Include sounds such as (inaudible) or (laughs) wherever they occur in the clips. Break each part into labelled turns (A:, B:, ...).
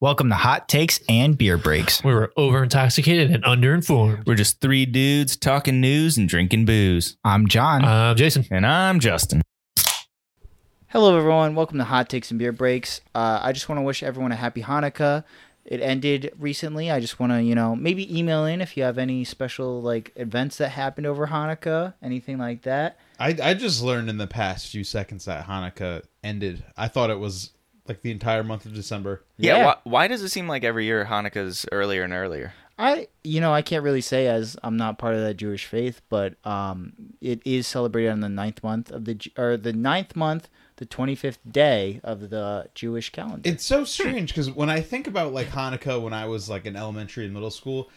A: Welcome to Hot Takes and Beer Breaks.
B: We were over intoxicated and underinformed.
C: We're just three dudes talking news and drinking booze.
A: I'm John.
B: Uh, Jason,
C: And I'm Justin.
D: Hello, everyone. Welcome to Hot Takes and Beer Breaks. Uh, I just want to wish everyone a happy Hanukkah. It ended recently. I just want to, you know, maybe email in if you have any special like events that happened over Hanukkah, anything like that.
E: I, I just learned in the past few seconds that Hanukkah ended. I thought it was like the entire month of December.
D: Yeah.
F: Why, why does it seem like every year Hanukkah's earlier and earlier?
D: I, you know, I can't really say as I'm not part of that Jewish faith, but um, it is celebrated on the ninth month of the Ju- or the ninth month, the twenty fifth day of the Jewish calendar.
E: It's
F: Hmm.
E: so strange because when I think about like Hanukkah when I was like in elementary and middle school,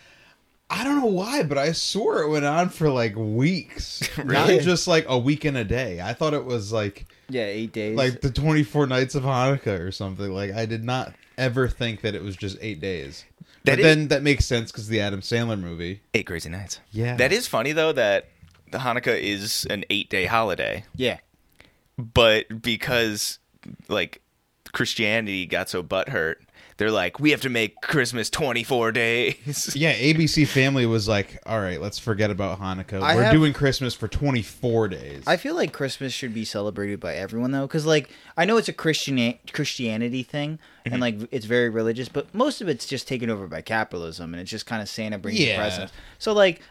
E: I don't know why, but I swore it went on for like
F: (laughs)
E: weeks.
F: Really?
E: Not just like a week and a day. I thought it was like
D: yeah, eight days.
E: like the 24 nights of Hanukkah or something. Like I did not ever think that it was just 8 days.
F: That
E: but
F: is-
E: then that makes sense cuz the Adam Sandler movie.
F: Eight crazy nights.
E: Yeah.
F: That is funny though that the Hanukkah is an eight-day holiday,
D: yeah,
F: but because like Christianity got so butthurt, they're like, we have to make Christmas twenty-four days.
E: Yeah, ABC Family was like, "All right, let's forget about Hanukkah.
D: I
E: We're
D: have-
E: doing Christmas for 24 days."
D: I feel like Christmas should be celebrated by everyone though, because like I know it's a Christian Christianity thing, and like it's very religious, but most of it's just taken over by capitalism, and it's just kind of Santa bringing
E: Yeah.
D: presents. So like,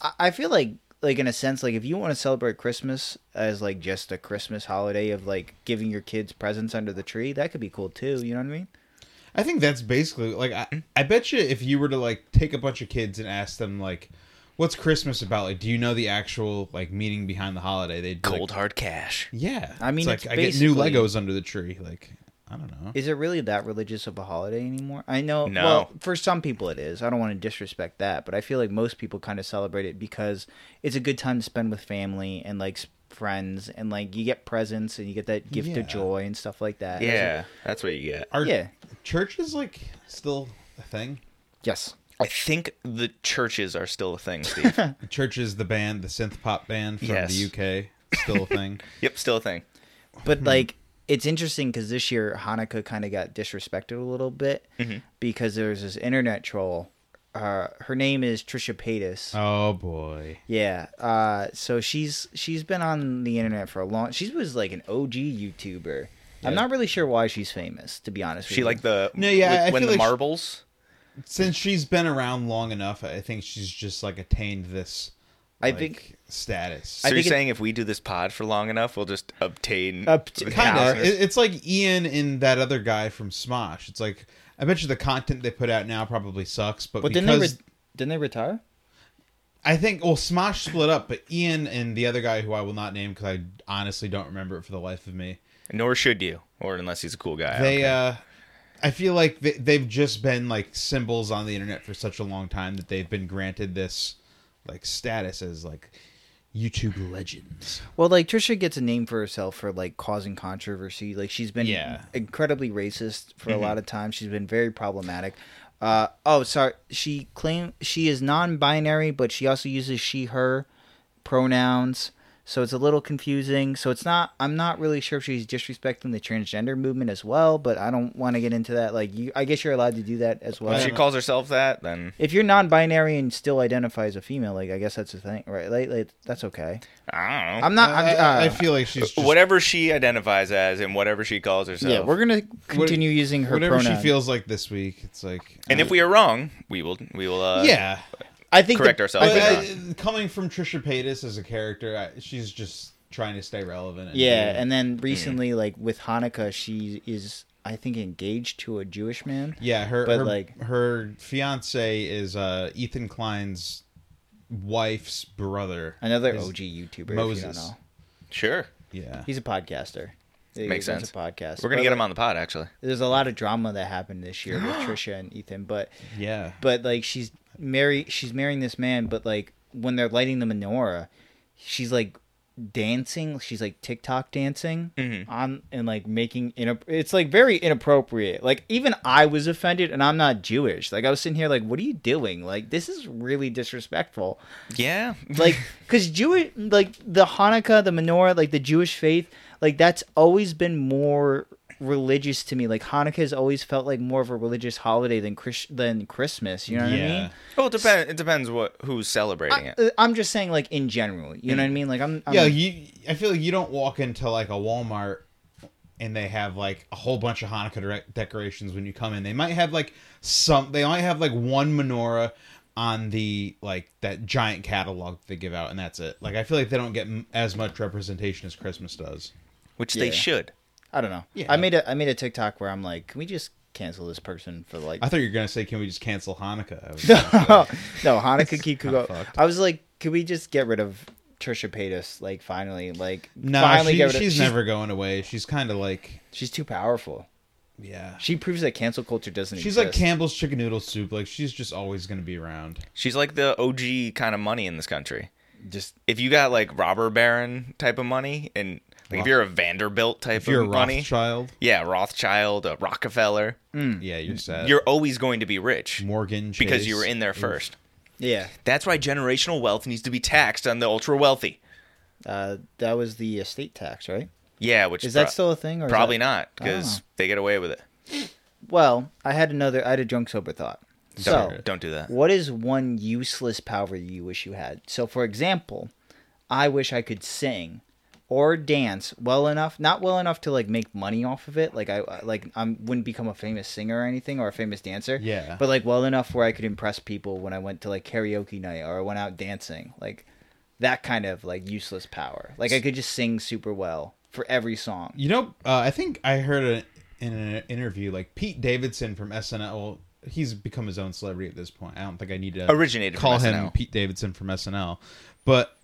D: I, I feel like like in a sense, like if you want to celebrate Christmas as like just a Christmas holiday of like giving your kids presents under the tree, that could be cool too. You know what I mean?
E: I think that's basically like I, I bet you if you were to like take a bunch of kids and ask them like, "What's Christmas about?" Like, do you know the actual like meaning behind the holiday? They'd be
F: (laughs)
E: like,
F: Cold hard cash.
E: Yeah,
D: I mean,
E: It's
D: it's
E: like I get new
D: basically-
E: Legos under the tree. Like, I don't know.
D: Is it really that religious of a holiday anymore? I know.
F: No.
D: Well, for some people it is. I don't want to disrespect that, but I feel like most people kind of celebrate it because it's a good time to spend with family and like s- friends, and like you get presents and you get that gift
E: Yeah.
D: of joy and stuff like that.
F: Yeah, that's what you get.
E: Are
D: yeah.
E: churches like still a thing?
D: Yes.
F: I think the churches are still a thing, Steve.
E: Churches, the band, the synth pop band from
F: Yes.
E: the UK, still
D: (laughs)
E: a thing.
F: (laughs) yep, still a thing.
D: But like it's interesting because this year Hanukkah kind of got disrespected a little bit
F: Mm-hmm.
D: because there was this internet troll. Uh, her name is Trisha Paytas.
E: oh boy.
D: Yeah. Uh, so she's she's been on the internet for a long. She was like an OG YouTuber. I'm not really sure why she's famous, to be honest. With
F: She
D: you.
F: like the
E: No, yeah,
F: when-
E: I
F: when
E: feel
F: the
E: like she-
F: marbles.
E: since she's been around long enough, I think she's just like attained this.
D: I
E: like,
D: think-
E: status.
F: So you're
D: think it-
F: saying if we do this pod for long enough, we'll just obtain
D: Obt-
F: the
E: kind of.
F: powers?
E: It, it's like Ian and that other guy from Smosh. It's like I bet you the content they put out now probably sucks, but,
D: But didn't they
E: because
D: re- didn't they retire?
E: I think well Smosh split up, but Ian and the other guy who I will not name because I honestly don't remember it for the life of me.
F: Nor should you, or unless he's a cool guy. I
E: They
F: don't care.
E: uh I feel like they, they've just been like symbols on the internet for such a long time that they've been granted this like status as like YouTube legends.
D: Well, like Trisha gets a name for herself for like causing controversy. Like she's been
E: Yeah. Mm-hmm.
D: incredibly racist for a lot of time. She's been very problematic. Uh, oh, sorry. She claim she is non-binary, but she also uses she/her pronouns. So it's a little confusing. So it's not. I'm not really sure if she's disrespecting the transgender movement as well. But I don't want to get into that. Like you, I guess you're allowed to do that as well.
F: if she calls herself that, then
D: if you're non-binary and still identify as a female, like I guess that's a thing, right? Like, like that's okay.
F: I don't know.
D: I'm not. I'm,
E: I, I- I
D: uh,
E: feel like she's just
F: whatever she identifies as and whatever she calls herself.
D: Yeah, we're gonna continue using her
E: whatever
D: pronoun.
E: she feels like this week. It's like
F: and if we are wrong, we will. We will. Uh,
E: yeah,
D: I think
F: correct
D: the-
F: ourselves.
E: but
F: we're
E: I-
F: wrong.
E: coming from Trisha Paytas as a character, I, she's just trying to stay relevant. And
F: Mm.
D: Yeah, and then recently, like with Hanukkah, she is I think engaged to a Jewish man.
E: yeah, her
D: but,
E: her,
D: like-
E: her fiance is uh, Ethan Klein's wife's brother.
D: Another
E: His-
D: OG YouTuber. Moses.
E: Moses.
F: sure.
E: Yeah,
D: He's a podcaster. He
F: Makes
D: runs
F: sense.
D: A podcast.
F: We're gonna
D: But,
F: get him
D: like,
F: on the pod. Actually,
D: There's a lot of drama that happened this year
F: (gasps)
D: with Trisha and Ethan, but
E: yeah.
D: but like she's marry she's marrying this man, but like when they're lighting the menorah, she's like dancing. She's like TikTok dancing on and like making inap- it's like very inappropriate. Like even I was offended, and I'm not Jewish. Like I was sitting here like, what are you doing? Like this is really disrespectful.
F: yeah.
E: (laughs)
D: Like because Jewish like the Hanukkah, the menorah, like the Jewish faith, like that's always been more religious to me. Like Hanukkah has always felt like more of a religious holiday than Chris- than Christmas. You know what I
E: Yeah.
D: mean?
F: Well, it depends. It depends what who's celebrating it.
D: I, uh, I'm just saying, like in general. You know what I mean? Like I'm. I'm
E: yeah, you. I feel like you don't walk into like a Walmart and they have like a whole bunch of Hanukkah direct decorations when you come in. They might have like some. They might have like one menorah on the like that giant catalog they give out, and that's it. Like I feel like they don't get m- as much representation as Christmas does.
F: which
D: Yeah.
F: they should.
D: I don't know. I made a I made a TikTok where I'm like, can we just cancel this person for like (laughs)
E: I thought you were gonna say, "Can we just cancel Hanukkah?" I was
D: no
E: (laughs)
D: Hanukkah keep
E: kinda
D: go.
E: fucked.
D: I was like, can we just get rid of Trisha Paytas? Like finally, like
E: no,
D: finally
E: she-
D: get rid of-
E: she's never going away. She's kind of like
D: She's too powerful.
E: yeah.
D: She proves that cancel culture doesn't.
E: She's like
D: exist.
E: Campbell's chicken noodle soup. Like she's just always gonna be around.
F: She's like the OG kind of money in this country.
D: just
F: If you got like robber baron type of money, and like if you're a Vanderbilt type
E: If you're a
F: of money,
E: Rothschild,
F: yeah, Rothschild, a Rockefeller,
D: Mm. Hmm.
E: yeah, you're sad.
F: you're always going to be rich
E: Morgan Chase.
F: because you were in there first.
D: yeah.
F: That's why generational wealth needs to be taxed on the ultra wealthy.
D: Uh, that was the estate tax, right?
F: Yeah, which
D: Is
F: pro-
D: that still a thing? Or is
F: probably
D: that- Oh.
F: not because they get away with it.
D: Well, I had another. I had a drunk sober thought. So,
F: Don't, don't do that.
D: what is one useless power you wish you had? So, for example, I wish I could sing or dance well enough, not well enough to like make money off of it. Like I like I wouldn't become a famous singer or anything or a famous dancer.
E: Yeah.
D: But like well enough where I could impress people when I went to like karaoke night or I went out dancing. Like that kind of like useless power. Like I could just sing super well for every song.
E: You know, uh, I think I heard a, in an interview like Pete Davidson from SNL. He's become his own celebrity at this point. I don't think I need to
F: Originated from
E: call him
F: SNL.
E: Pete Davidson from SNL, but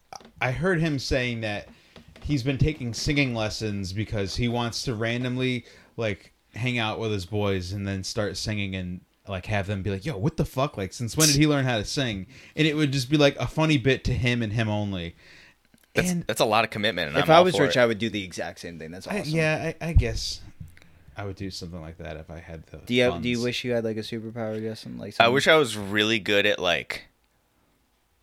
E: I heard him saying that he's been taking singing lessons because he wants to randomly like hang out with his boys and then start singing and like have them be like, "Yo, what the fuck? Like, since when did he learn how to sing?" And it would just be like a funny bit to him and him only.
F: That's,
E: and
F: that's a lot of commitment. And
D: If
F: I'm
D: i
F: all
D: was
F: for
D: rich,
F: it.
D: I would do the exact same thing. That's
E: I,
D: awesome.
E: yeah, I, I guess I would do something like that if I had the.
D: Do you have, do you
E: funds.
D: wish you had like a superpower? Yes, and like
F: I
D: some-
F: wish I was really good at like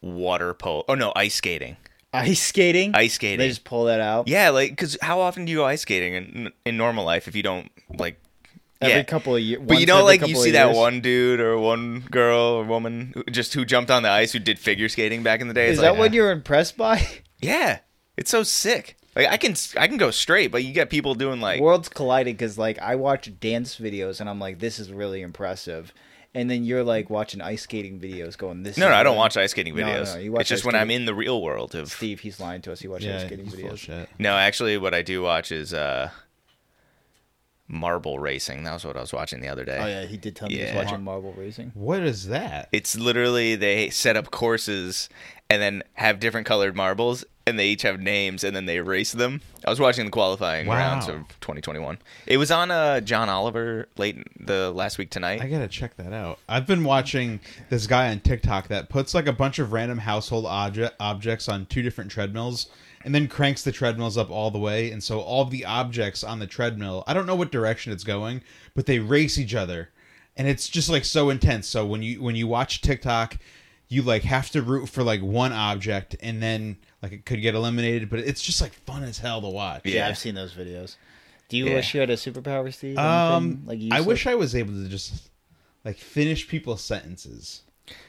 F: water polo. Oh no, ice skating.
D: ice skating.
F: Ice skating.
D: They just pull that out.
F: Yeah, like because how often do you go ice skating in, in normal life if you don't like?
D: every
F: yeah.
D: couple of years.
F: But you know, like you see that one dude or one girl or woman who, just who jumped on the ice who did figure skating back in the day. It's
D: Is
F: like,
D: that what you're impressed by?
F: Yeah, it's so sick. Like I can I can go straight, but you got people doing (laughs) like
D: Worlds collided because like I watch dance videos and I'm like, this is really impressive, and then you're like watching ice skating videos, going, this.
F: no,
D: is
F: no, I don't
D: really-
F: watch ice skating
D: No, no,
F: videos.
D: you watch
F: it's just
D: ice
F: when I'm
D: skating.
F: in the real world of
D: Steve, he's lying to us. He watches
E: Yeah,
D: ice skating
E: he's full of
D: videos.
E: shit.
F: No, actually, what I do watch is uh, marble racing. That was what I was watching the other day.
D: Oh yeah, he did tell me he's
F: Yeah.
D: watching marble racing.
E: What is that?
F: It's literally they set up courses and then have different colored marbles, and they each have names, and then they race them. I was watching the qualifying
E: Wow.
F: rounds of 2021. It was on uh, John Oliver late the last week tonight.
E: I gotta check that out. I've been watching this guy on TikTok that puts like a bunch of random household object objects on two different treadmills, and then cranks the treadmills up all the way, and so all the objects on the treadmill, I don't know what direction it's going, but they race each other, and it's just like so intense. So when you when you watch TikTok, you like have to root for like one object, and then like it could get eliminated, but it's just like fun as hell to watch.
D: Yeah,
F: Yeah.
D: I've seen those videos. Do you
F: Yeah.
D: wish you had a superpower, Steve?
E: Um,
D: Anything, like
E: I
D: useless?
E: wish I was able to just like finish people's sentences.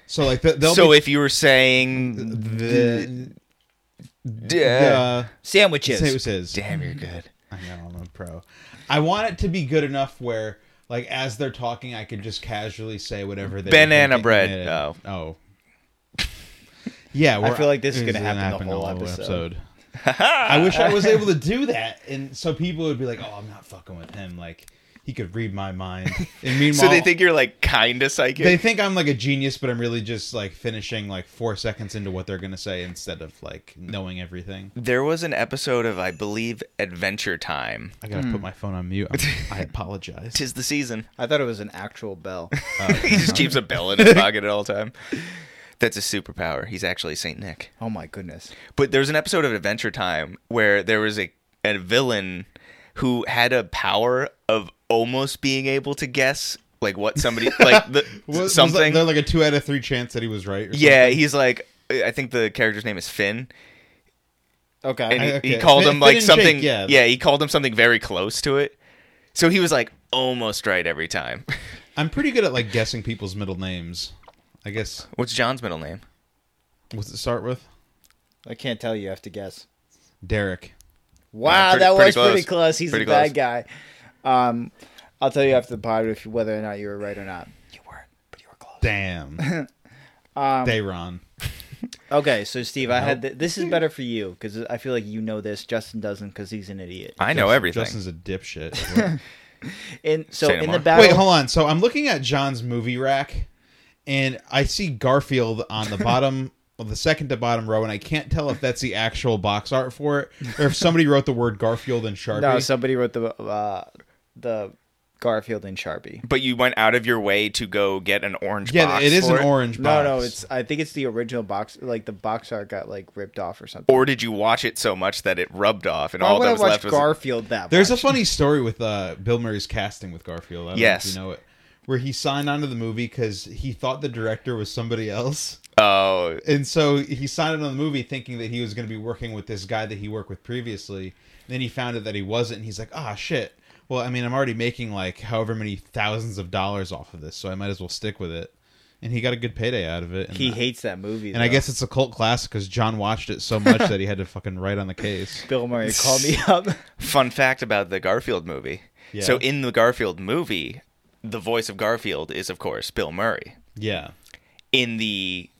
E: So like th- they'll
F: so
E: be
F: if you were saying
E: the,
F: yeah,
E: uh,
D: sandwiches.
E: sentences.
F: damn, you're good.
E: I know I'm a pro. I want it to be good enough where like as they're talking, I could just casually say whatever they
F: Banana
E: they-
F: bread.
E: they-
F: Oh.
E: oh. Yeah, we're-
D: feel like this is
E: it's
D: gonna happen the whole episode.
E: I wish I was able to do that, and so people would be like, "Oh, I'm not fucking with him." Like he could read my mind. And meanwhile,
F: So they think you're like kind of psychic.
E: they think I'm like a genius, but I'm really just like finishing like four seconds into what they're gonna say instead of like knowing everything.
F: There was an episode of, I believe, Adventure Time.
E: I gotta put my phone on mute. I'm- i apologize.
F: (laughs) Tis the season.
D: I thought it was an actual (laughs) bell.
F: (laughs) he just keeps a bell in his (laughs) pocket at all time. That's his superpower. He's actually Saint Nick.
D: oh my goodness.
F: But there was an episode of Adventure Time where there was a a villain who had a power of almost being able to guess like what (laughs) somebody like the
E: What- was
F: something.
E: Like, they're like a two out of three chance that he was right. Or
F: yeah, he's like I think the character's name is Finn.
D: Okay.
F: and he,
E: I-
F: he
E: okay.
F: called
E: Fit-
F: him
E: fit
F: like
E: and
F: something.
E: shake, yeah.
F: yeah. he called him something very close to it. So he was like almost right every time. (laughs)
E: I'm pretty good at like guessing people's middle names. I guess
F: What's John's middle name?
E: what's it start with?
D: I can't tell you. You have to guess.
E: Derek.
D: Wow,
F: pretty-
D: that
F: pretty
D: was pretty
F: close.
D: close. He's
F: Pretty
D: a bad guy. Um, I'll tell you after the pod if whether or not you were right or not. You weren't, but you were close.
F: (laughs)
E: Damn. um, Dayron.
D: Okay, so Steve, I had th- this is better for you because I feel like you know this. Justin doesn't because he's an idiot.
F: I know Oh, everything.
E: Justin's
F: (laughs)
E: a dipshit.
D: And so
F: Say no
D: in
F: more.
D: the battle,
E: Wait, hold on. So I'm looking at John's movie rack, and I see Garfield on the bottom. Well, the second to bottom row, and I can't tell if that's the actual box art for it, or if somebody wrote the word Garfield in Sharpie.
D: no, somebody wrote the uh, the Garfield and Sharpie.
F: but you went out of your way to go get an orange
E: yeah,
F: box
E: it is
F: for
E: an orange
D: No,
E: box.
D: no, it's I think it's the original box. Like the box art got like ripped off or something.
F: Or did you watch it so much that it rubbed off and
D: Why
F: all
D: would
F: that
D: I
F: was
D: watch
F: left was
D: Garfield that?
E: There's a
D: much?
E: funny story with uh, Bill Murray's casting with Garfield. I don't
F: Yes.
E: know if you know it, where he signed onto the movie because he thought the director was somebody else,
F: oh
E: and so he signed on the movie thinking that he was going to be working with this guy that he worked with previously. then he found out that he wasn't, and he's like, "Ah, shit." Well, I mean, I'm already making like however many thousands of dollars off of this, so I might as well stick with it. And he got a good payday out of it. And,
D: He
E: uh,
D: hates that movie.
E: and I
D: though.
E: guess it's a cult classic because John watched
D: (laughs)
E: it so much that he had to fucking write on the case.
D: Bill
E: (laughs)
D: Murray called me up.
F: fun fact about the Garfield movie.
E: Yeah.
F: So in the Garfield movie, the voice of Garfield is of course Bill Murray.
E: Yeah.
F: In the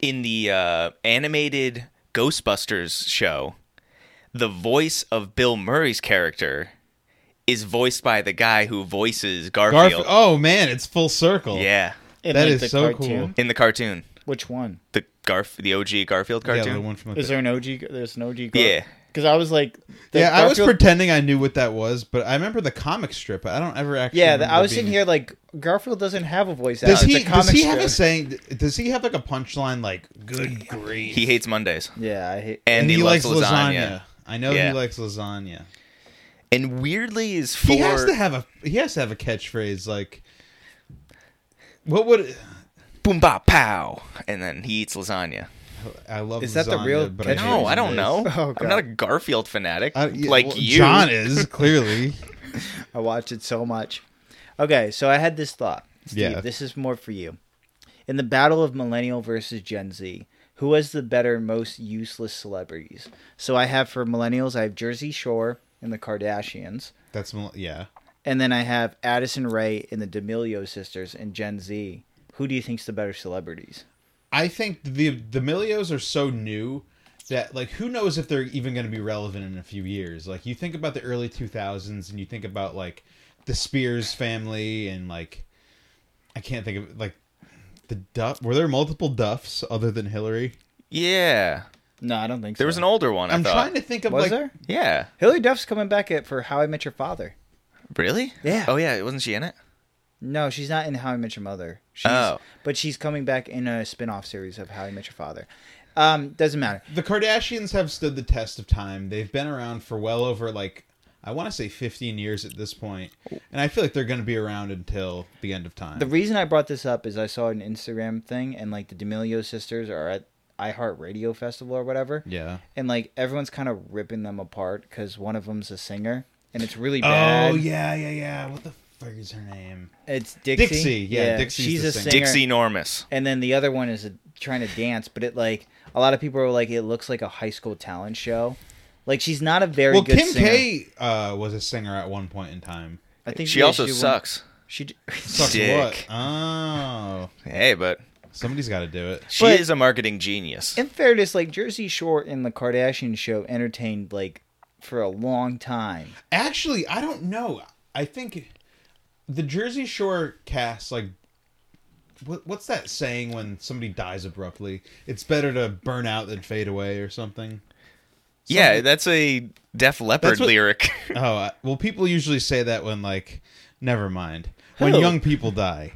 F: in the uh, animated Ghostbusters show, the voice of Bill Murray's character is voiced by the guy who voices Garfield.
E: Garfield. Oh man, it's full circle.
F: Yeah,
D: In,
E: That
D: like,
E: is
D: the
E: so
D: cartoon.
F: in the cartoon,
D: Which one?
F: the Garf, the OG Garfield
E: Yeah, the
F: cartoon.
E: one from like,
D: Is there an OG? There's an OG. Gar-
F: Yeah.
D: Because I was like, the
E: yeah, I was
D: Garfield-
E: pretending I knew what that was, but I remember the comic strip. but I don't ever actually.
D: Yeah, the, I
E: remember
D: was sitting
E: being-
D: here like Garfield doesn't have a voice.
E: Does
D: actor.
E: he?
D: It's a comic
E: Does he have a
D: strip.
E: saying? Does he have like a punchline like "Good grief"?
F: he hates Mondays,
D: Yeah, I hate.
F: and, he, loves lasagna.
E: I know
F: Yeah.
E: he likes lasagna.
F: And weirdly, is for
E: He has to have a. He has to have a catchphrase like. What would?
F: boom bop pow, and then he eats lasagna.
E: I love.
D: Is that the
E: lasagna,
D: real
E: But I hate
F: No, I
E: lasagna.
F: don't know.
E: (laughs)
D: Oh,
F: I'm
D: God.
F: not a Garfield fanatic
E: I- Uh, yeah,
F: like
E: well,
F: you.
E: John is clearly.
D: I watched it so much. Okay, so I had this thought. Steve,
E: Yeah.
D: this is more for you. In the battle of millennial versus Gen Z, who has the better, most useless celebrities? So I have for millennials, I have Jersey Shore and the Kardashians,
E: That's (laughs) mil- yeah.
D: and then I have Addison Ray and the D'Amelio sisters and Gen Z. Who do you think's the better celebrities?
E: I think the the Milios are so new that like who knows if they're even going to be relevant in a few years. Like you think about the early 2000s and you think about like the Spears family and like I can't think of like the Duff were there multiple Duffs other than Hillary?
F: Yeah,
D: No, I don't think so.
F: there was an older one. I
E: I'm
F: thought.
E: trying to think of
D: Was
E: like
D: there?
F: Yeah,
D: Hillary Duff's coming back at, for How I Met Your Father.
F: really?
D: Yeah.
F: Oh yeah, wasn't she in it?
D: No, she's not in How I Met Your Mother. She's,
F: Oh.
D: But she's coming back in a spin off series of How I Met Your Father. Um, doesn't matter.
E: the Kardashians have stood the test of time. They've been around for well over like I want to say 15 years at this point, and I feel like they're going to be around until the end of time.
D: The reason I brought this up is I saw an Instagram thing, and like the D'Amelio sisters are at iHeartRadio Festival or whatever.
E: yeah.
D: And like everyone's kind of ripping them apart because one of them's a singer, and it's really bad.
E: Oh yeah, yeah, yeah. What the fuck is her name?
D: It's Dixie.
E: Dixie, yeah, Dixie's
D: she's
E: the
D: a
E: singer.
D: singer.
F: Dixie Normus.
D: And then the other one is a, trying to dance, but it like a lot of people are like it looks like a high school talent show. Like she's not a very
E: well,
D: good
E: Kim
D: singer.
E: K uh, was a singer at one point in time.
D: I think
F: She
D: yeah,
F: also
D: did one-
F: sucks.
D: She d-
E: (laughs)
D: (laughs)
E: Sucks
F: Dick.
E: what? Oh,
F: Hey, but
E: somebody's got to do it.
F: she
D: But-
F: is a marketing genius.
D: in fairness, like Jersey Shore and the Kardashian show entertained like for a long time.
E: Actually, I don't know. I think the Jersey Shore cast, like, what, what's that saying when somebody dies abruptly? It's better to burn out than fade away or (laughs) something.
F: yeah, that's a Def Leppard
E: That's what-
F: lyric.
E: Oh, I, well, people usually say that when like, never mind, when young people die,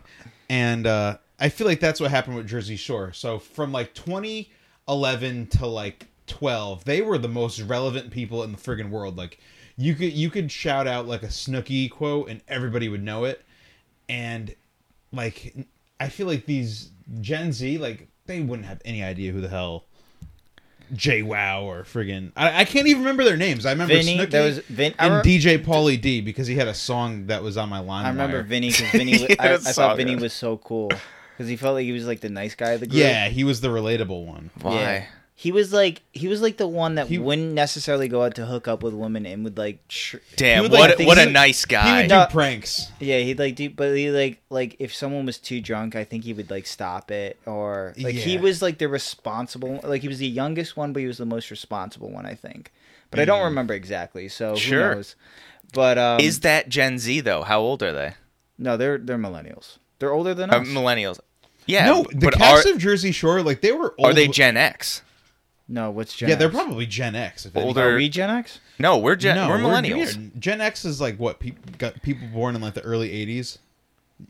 E: and uh, I feel like that's what happened with Jersey Shore. So from like 2011 to like 12, they were the most relevant people in the friggin' world. Like, you could you could shout out like a Snooki quote and everybody would know it, and like I feel like these Gen Z like they wouldn't have any idea who the hell JWoww or friggin' I, I can't even remember their names. I remember
D: Vinny,
E: Snooki
D: there was Vin- I
E: and
D: re-
E: DJ Pauly D because he had a song that was on my line.
D: I remember Vinny because
E: (laughs)
D: Vinny.
F: Yeah,
D: was, I, I
F: that's
D: thought
F: so
D: Vinny
F: good.
D: was so cool because he felt like he was like the nice guy of the group.
E: Yeah, he was the relatable one.
F: (laughs) Why?
D: Yeah. He was like he was like the one that
E: He-
D: wouldn't necessarily go out to hook up with women and would like tr-
F: Damn,
E: He would, like,
F: what
E: I think
F: what
E: he
F: a
E: would-
F: nice
E: He
F: guy.
E: would
D: No.
E: do pranks.
D: yeah he'd like do but he like like if someone was too drunk I think he would like stop it or like he
E: Yeah.
D: was like the responsible like he was the youngest one but he was the most responsible one I think but I
E: Mm.
D: don't remember exactly so
F: Sure.
D: who knows but um,
F: Is that Gen Z though? How old are they?
D: no they're they're millennials they're older than
F: Uh,
D: us
F: millennials. Yeah.
E: no,
F: b-
E: the
F: but are,
E: cast of Jersey Shore, like they were. Old,
F: are they Gen X?
D: no what's Gen
E: Yeah, they're
D: X?
E: probably Gen X. If
F: Older-
E: anything.
D: are we Gen X
F: No, we're Gen
E: no,
F: we're
E: we're
F: millennials.
E: Gen, Gen X is like what people got people born in like the early '80s.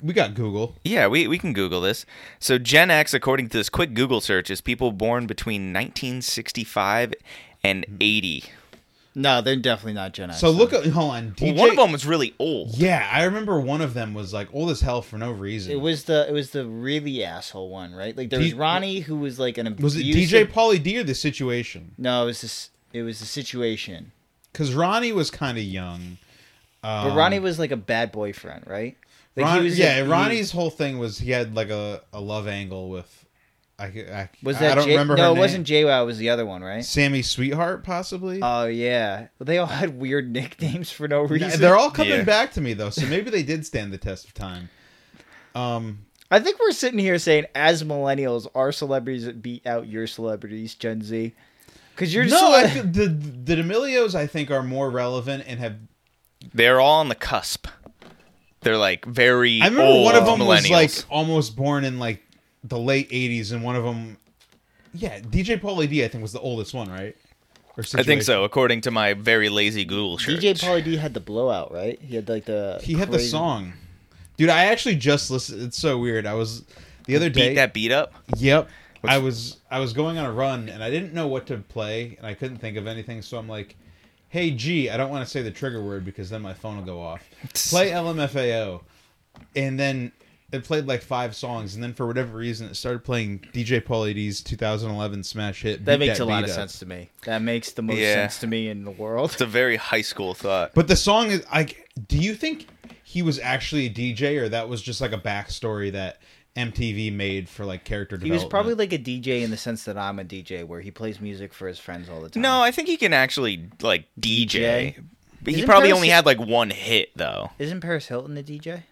E: We got Google.
F: Yeah, we, we can Google this. So Gen X, according to this quick Google search, is people born between 1965 and
E: Mm-hmm.
F: 80.
D: no they're definitely not Gen X
E: So
D: though.
E: look at hold on
F: Well,
E: DJ.
F: one of them was really old.
E: Yeah, I remember one of them was like old as hell for no reason.
D: It was the it was the really asshole one, right? Like there was
E: D-
D: Ronnie who was like an abusive,
E: Was it DJ Pauly D or the situation?
D: No, it was this. It was the situation.
E: Because Ronnie was kind of young.
D: But Ronnie was like a bad boyfriend, right? Like
E: Um, Ron-
D: was
E: yeah,
D: he-
E: Ronnie's whole thing was he had like a, a love angle with. I, I,
D: was
E: I
D: that.
E: don't
D: J-
E: remember
D: No,
E: her
D: it
E: name.
D: wasn't JWoww. It was the other one, right?
E: Sammy Sweetheart, possibly.
F: Uh,
D: Oh yeah, well, they all had weird (laughs) nicknames for no
E: Nah,
D: reason.
E: They're all coming
F: Yeah.
E: back to me though, so maybe they did stand the test
F: (laughs)
E: of time. Um,
D: I think we're sitting here saying, as millennials, our celebrities beat out your celebrities, Gen Z, because you're
E: no, I,
D: cele-
E: feel- the the D'Amelios I think are more relevant and have.
F: They're all on the cusp. They're like very
E: I remember
F: old
E: one of them
F: millennials.
E: was like almost born in like the late '80s, and one of them, yeah, DJ Pauly D I think was the oldest one, right? Or
F: I think
E: situation.
F: so, according to my very lazy Google search.
D: DJ Pauly (laughs) D had the blowout, right? He had like the
E: He had the
D: crazy-
E: song, dude. I actually just listened. It's so weird. I was the other day.
F: beat that beat up.
E: Yep. I was I was going on a run and I didn't know what to play and I couldn't think of anything, so I'm like, "Hey G, I don't want to say the trigger word because then my phone will
D: (laughs)
E: go off. Play LMFAO." And then it played like five songs, and then for whatever reason, it started playing DJ Pauly D's 2011 smash hit.
D: That
E: Beat
D: makes a lot
E: Beat
D: of
E: Up.
D: sense to me. That makes the most
F: Yeah.
D: sense to me in the world.
F: It's a very high school thought.
E: But the song is like, do you think he was actually a DJ or that was just like a backstory that MTV made for like character
D: He was
E: development?
D: probably like a DJ in the sense that I'm a DJ, where he plays music for his friends all the time.
F: No, I think he can actually like DJ. But he
D: Isn't
F: probably
D: Paris
F: only
D: Hil-
F: had like one hit though.
D: isn't Paris Hilton a DJ?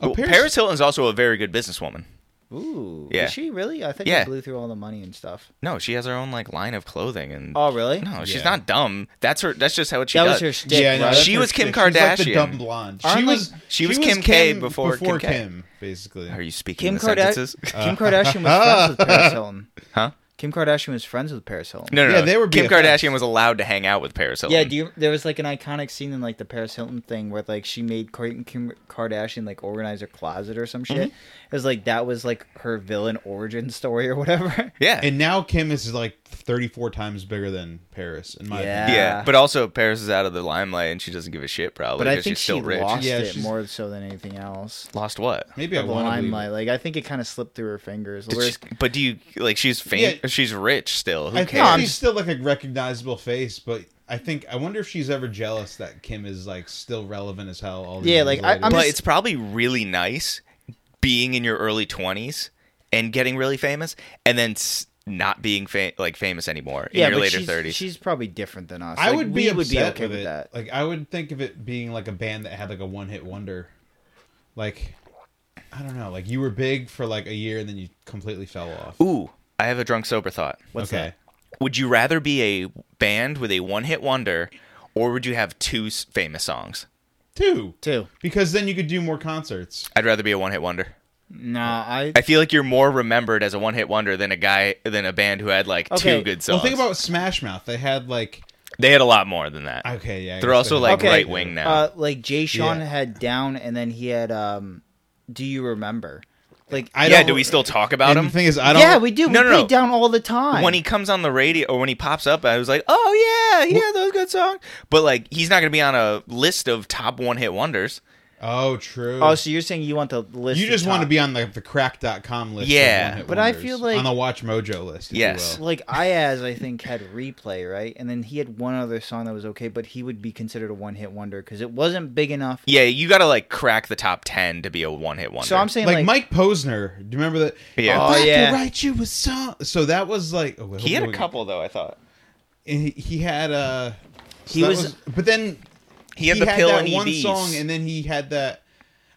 E: Oh,
F: Well, Paris,
E: Paris-
F: Hilton's also a very good businesswoman.
D: Ooh,
F: Yeah.
D: is she really? I think
F: Yeah.
D: she blew through all the money and stuff.
F: No, she has her own like line of clothing and
D: Oh, really?
F: No, she's
E: Yeah.
F: not dumb. That's her that's just how it she
D: that
F: does.
D: was her shtick.
E: Yeah, I know,
D: right?
E: that's
F: She
E: her
F: was Kim
E: shtick. She's like
F: Kardashian.
E: the dumb blonde. She
D: Aren't, like-
E: was
F: She was Kim K before
E: before
F: Kim K.
E: Kim, basically.
F: Are you speaking
D: Kim,
F: in
D: Karda- (laughs)
F: sentences?
D: Kim Kardashian was friends
F: (laughs)
D: with Paris Hilton.
F: Huh?
D: Kim Kardashian was friends with Paris Hilton.
F: No, no,
E: Yeah,
F: no.
E: they were
F: Kim
E: BFFs.
F: Kardashian was allowed to hang out with Paris Hilton.
D: Yeah, do you, there was like an iconic scene in like the Paris Hilton thing where like she made Kim, Kim Kardashian like organize her closet or some shit.
F: Mm-hmm.
D: It was like that was like her villain origin (laughs) story or whatever.
F: yeah.
E: And now Kim is like 34 times bigger than Paris, in my
D: Yeah.
E: opinion.
F: yeah, but also Paris is out of the limelight and she doesn't give a shit probably
D: But I
F: because
D: think
F: she's still
D: she
F: rich.
D: lost
E: Yeah,
D: it
E: she's-
D: more so than anything else.
F: Lost what?
E: Maybe I
D: the
E: want to believe
D: limelight,
E: it.
D: like I think it kind of slipped through her fingers.
F: Did
D: Whereas,
F: she- but do you like she's faint?
E: Yeah.
F: She's rich still. Who
E: I
F: cares?
E: think she's still like a recognizable face, but I think I wonder if she's ever jealous that Kim is like still relevant as hell. All these
D: Yeah,
E: years
D: like, I-
E: later.
D: I'm
F: but
D: just-
F: it's probably really nice being in your early 20s and getting really famous and then s- not being fa- like famous anymore in
D: yeah,
F: your
D: but
F: later
D: she's,
F: 30s.
D: she's probably different than us.
E: I
D: Like,
E: would
D: we
E: be upset
D: would be okay
E: with,
D: with,
E: it.
D: that.
E: Like I would think of it being like a band that had like a one-hit wonder, like. I don't know. Like you were big for like a year, and then you completely fell off.
F: Ooh, I have a drunk sober thought.
D: What's
E: okay.
F: Would you rather be a band with a one-hit wonder or would you have two s- famous songs?
E: Two.
D: that? Two.
E: Because then you could do more concerts.
F: I'd rather be a one-hit wonder.
D: No, I.
F: I feel like you're more remembered as a one-hit wonder than a guy than a band who had like
D: Okay,
F: two good songs.
E: Well, think about Smash Mouth. They had like
F: they had a lot more than that.
E: okay, yeah. I
F: They're
E: guess
F: also
E: they
F: like
D: Okay.
E: had-
F: right wing now.
D: Uh, like Jay Sean
E: Yeah.
D: had down, and then he had. um Do you remember? Like
E: I
F: yeah,
E: don't-
F: do we still talk about
E: And
F: him?
E: the thing is, I don't.
D: yeah, we do.
F: No,
D: we
F: no,
D: play
F: no.
D: down all the time.
F: when he comes on the radio or when he pops up, I was like, oh yeah, yeah, those good songs. But like, he's not gonna be on a list of top one hit wonders.
E: Oh, true.
D: Oh, so you're saying you want the list?
E: you
D: of
E: just want to
D: top-
E: be on the, the crack.com list. of
F: Yeah.
E: one-hit
D: But I
E: wonders.
D: feel like-
E: On the Watch Mojo list. if you
F: Yes.
E: will.
D: like Iaz, I think had replay right, and then he had one other song that was okay, but he would be considered a one hit wonder because it wasn't big enough.
F: Yeah, you got to like crack the top 10 to be a one hit wonder.
D: So I'm saying
E: Like,
D: like,
E: Mike Posner. Do you remember that?
F: Yeah.
E: I'd
D: Oh,
E: like to
D: yeah.
E: write you a song. So that was like. oh, I hope
F: he had
E: no
F: a
E: one-
F: couple though, I thought.
E: and he, he had uh so
D: He
E: that
D: was-
E: but then
F: He had the pill
E: that
F: and E
E: one
F: EVs.
E: song and then he had that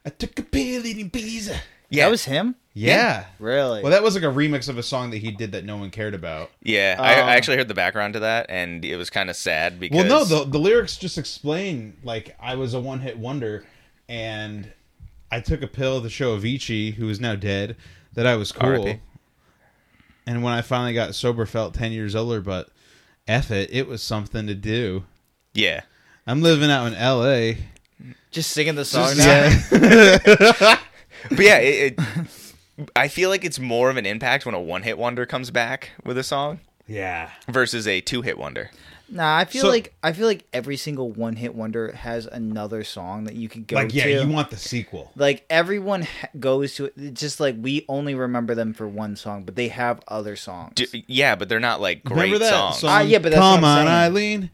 E: I took a pill and E EVs. Yeah.
F: Yeah.
D: that was him. Really?
E: Well, that was like a remix of a song that he did that no one cared about.
F: Yeah, I,
D: Um,
F: I actually heard the background to that, and it was kind of sad because.
E: uh, Well, no, the the lyrics just explain like I was a one hit wonder, and I took a pill to show Avicii, who is now dead, that I was cool.
F: R.I.P..
E: And when I finally got sober, felt ten years older, but F it, it was something to do.
F: yeah,
E: I'm living out in L.A.
D: just singing the song. now?
E: Yeah.
D: (laughs)
F: but yeah, it,
E: (laughs)
F: it, I feel like it's more of an impact when a one hit wonder comes back with a song
E: yeah.
F: versus a two hit wonder.
D: Nah, I feel
E: So-
D: like I feel like every single one hit wonder has another song that you could go
E: Like, yeah,
D: to.
E: you want the sequel.
D: like everyone ha- goes to it. It's just like we only remember them for one song, but they have other songs.
F: D- yeah, but they're not like great
E: Remember that
F: songs.
E: song?
D: Ah, yeah, but that's what
E: Come
D: I'm
E: on,
D: saying.
E: Eileen.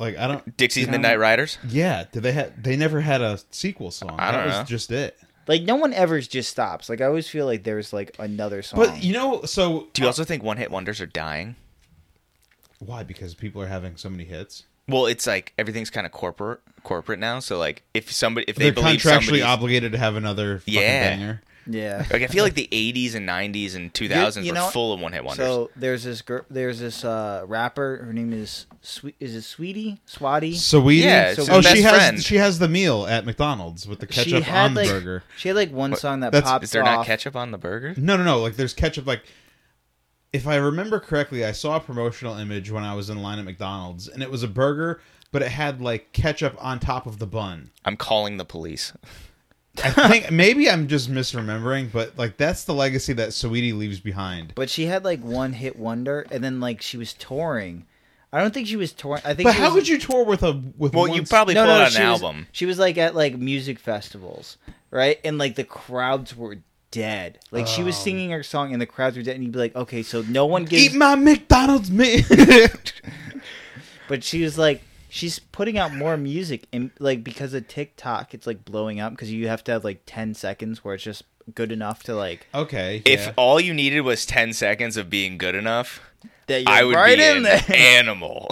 E: Like, I don't.
F: Dixie's
E: you know,
F: Midnight Riders.
E: Yeah, did they had they never had a sequel song.
F: I
E: that
F: don't know.
E: was just it.
D: like no one ever just stops. Like I always feel like there's like another song.
E: But you know, so
F: Do you also think one hit wonders are dying?
E: Why? Because people are having so many hits.
F: Well, it's like everything's kind of corporate corporate now. So like if somebody if they
E: They are
F: believe
E: contractually
F: somebody's-
E: obligated to have another fucking
F: Yeah.
E: banger.
D: yeah.
F: like I feel like the 80s and 90s and 2000s
D: you
F: were
D: know what?
F: full of one hit wonders.
D: So there's this girl. There's this uh, rapper. Her name is Sweet. Is it Sweetie? Swati?
E: Sweetie.
F: Yeah, it's
E: oh,
F: his best
E: she has
F: friend.
E: she has the meal at McDonald's with the ketchup on the
D: like
E: burger.
D: she had like one song that
E: That's-
D: popped
F: Is there
D: off.
F: not ketchup on the burger?
E: No, no, no. Like there's ketchup. Like if I remember correctly, I saw a promotional image when I was in line at McDonald's, and it was a burger, but it had like ketchup on top of the bun.
F: I'm calling the police. (laughs)
E: I think maybe I'm just misremembering, but like that's the legacy that Sweetie leaves behind.
D: But she had like one hit wonder, and then like she was touring. I don't think she was touring. I think.
E: But
D: she
E: how
D: was,
E: could you tour with a with?
F: Well,
E: one
F: you
E: s-
F: probably
D: No,
F: pulled
D: no,
F: out
D: she
F: an
D: was-
F: album.
D: She was like at like music festivals, right? And like the crowds were dead. Like she
E: Oh.
D: was singing her song, and the crowds were dead. And you'd be like, okay, so no one
E: eat
D: gives.
E: my
F: (laughs)
E: McDonald's meal.
D: But she was like, she's putting out more music, and like because of TikTok, it's like blowing up because you have to have like ten seconds where it's just good enough to like
E: okay.
F: If
E: yeah.
F: all you needed was 10 seconds of being good enough,
D: that you're
F: I would
D: right
F: be
D: in
F: an
D: there. (laughs)
F: animal.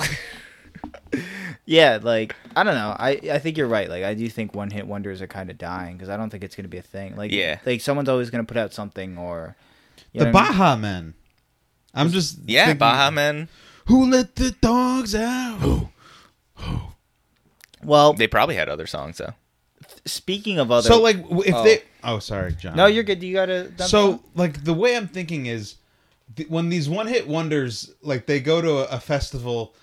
D: Yeah, like I don't know. I I think you're right. Like I do think one hit wonders are kind of dying because I don't think it's gonna be a thing. Like
F: Yeah.
D: like someone's always gonna put out something or you
E: the
D: know what I mean?
E: Baja Men. I'm just
F: yeah,
E: thinking,
F: Baha Men.
E: Who let the dogs out?
D: Well,
F: They probably had other songs though.
D: speaking of other,
E: So like w- if
D: Oh.
E: they oh sorry John
D: no,
F: Mm.
D: you're good. You gotta
E: so like the way I'm thinking is th- when these one hit wonders like they go to a, a festival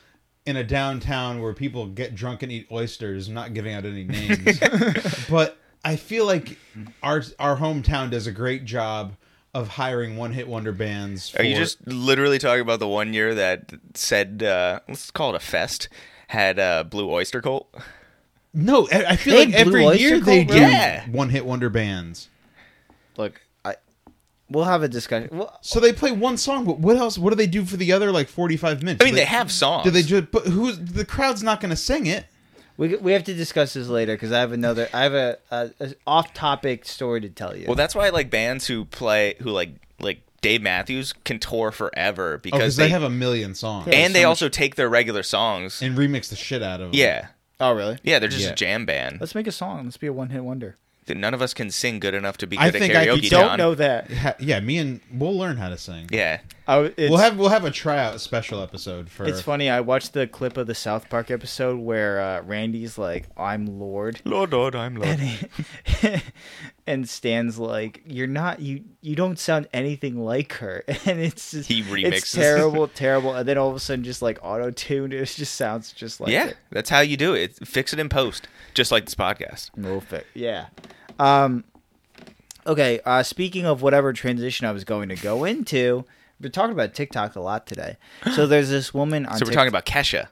E: in a downtown where people get drunk and eat oysters. I'm not giving out
D: (laughs)
E: any names, but I feel like our our hometown does a great job of hiring one hit wonder bands.
F: Are you
E: for-
F: just literally talking about the one year that said uh, let's call it a fest had uh, Blue Oyster Cult?
E: no? e, I I feel
D: They
E: like
D: had Blue
E: every
D: Oyster
E: year
D: Cult,
E: they do
D: really?
F: Yeah.
E: one hit wonder bands.
D: look, I we'll have a discussion. Well,
E: So they play one song, but what else? What do they do for the other like forty five minutes?
F: I mean,
E: Do
F: they have songs.
E: Do they just? But who's the crowd's not going to sing it?
D: we we have to discuss this later because I have another. I have a, a, a off topic story to tell you.
F: Well, that's why like bands who play who like like Dave Matthews can tour forever
E: Oh,
F: because
E: because they, have a million songs
F: and they
D: so much-
F: also take their regular songs.
E: and remix the shit out of. Them.
F: yeah,
D: oh really?
F: yeah, they're just
E: Yeah.
F: a jam band.
D: Let's make a song. Let's be a one hit wonder.
F: None of us can sing good enough to be good
E: I
F: at
E: think I
F: karaoke.
E: could-
F: John.
D: Don't know that.
E: Ha- yeah. Me and we'll learn how to sing.
F: Yeah,
D: I, it's,
E: We'll have we'll have a tryout special episode for.
D: It's funny. I watched the clip of the South Park episode where uh, Randy's like, "I'm Lord,"
F: Lord, Lord, I'm Lord.
D: (laughs) and Stan's like, "You're not you. You don't sound anything like her." (laughs) And it's just
F: He
D: It's
F: remixes.
D: terrible, terrible. And then all of a sudden, just like auto tuned, it just sounds just
F: (laughs)
D: like
F: yeah,
D: it.
F: that's how you do it. Fix it in post, just like this podcast.
D: No fit. Yeah. Um. Okay. Uh, speaking of whatever transition I was going to go into, we're talking about TikTok a
F: (gasps)
D: lot today. So there's this woman on.
F: So we're talking about Kesha.
D: about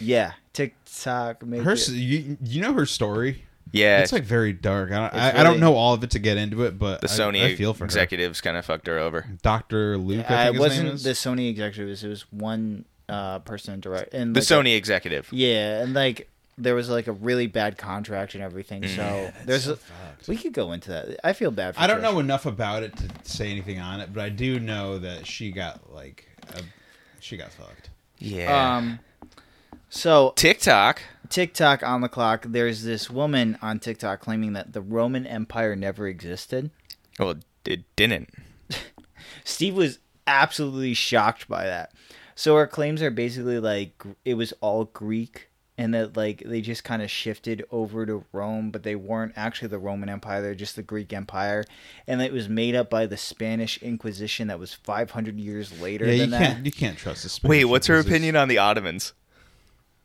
D: yeah TikTok. Maybe
E: her. s- You, you know her story.
F: Yeah,
E: It's like very dark. I don't, I,
D: It's
E: I don't
D: really-
E: know all of it to get into it, but
F: the
E: I-
F: Sony
E: I, feel for
F: executives kind of fucked her over.
E: her. Doctor Luke. I
D: I
E: think his name
D: wasn't
E: is.
D: the Sony executives. It was one uh, person direct and
F: The
D: like,
F: Sony executive.
D: yeah, and like there was like a really bad contract and everything. So there's a, we could go into that. I feel bad. for
E: Mm. I don't
D: Trish.
E: know enough about it to say anything on it, but I do know that she got like a, she got fucked. uh,
F: Yeah.
D: Um, so
F: TikTok.
D: TikTok on the clock. There's this woman on TikTok claiming that the Roman Empire never existed.
F: Well, it didn't.
D: Steve was absolutely shocked by that. So her claims are basically like gr- it was all Greek and that like they just kind of shifted over to Rome, but they weren't actually the Roman Empire, they're just the Greek Empire. And it was made up by the Spanish Inquisition that was 500 years later
E: Yeah, you
D: than that.
E: can't you can't trust the.
F: Wait,
E: Spanish
F: what's her
E: because
F: opinion on the Ottomans?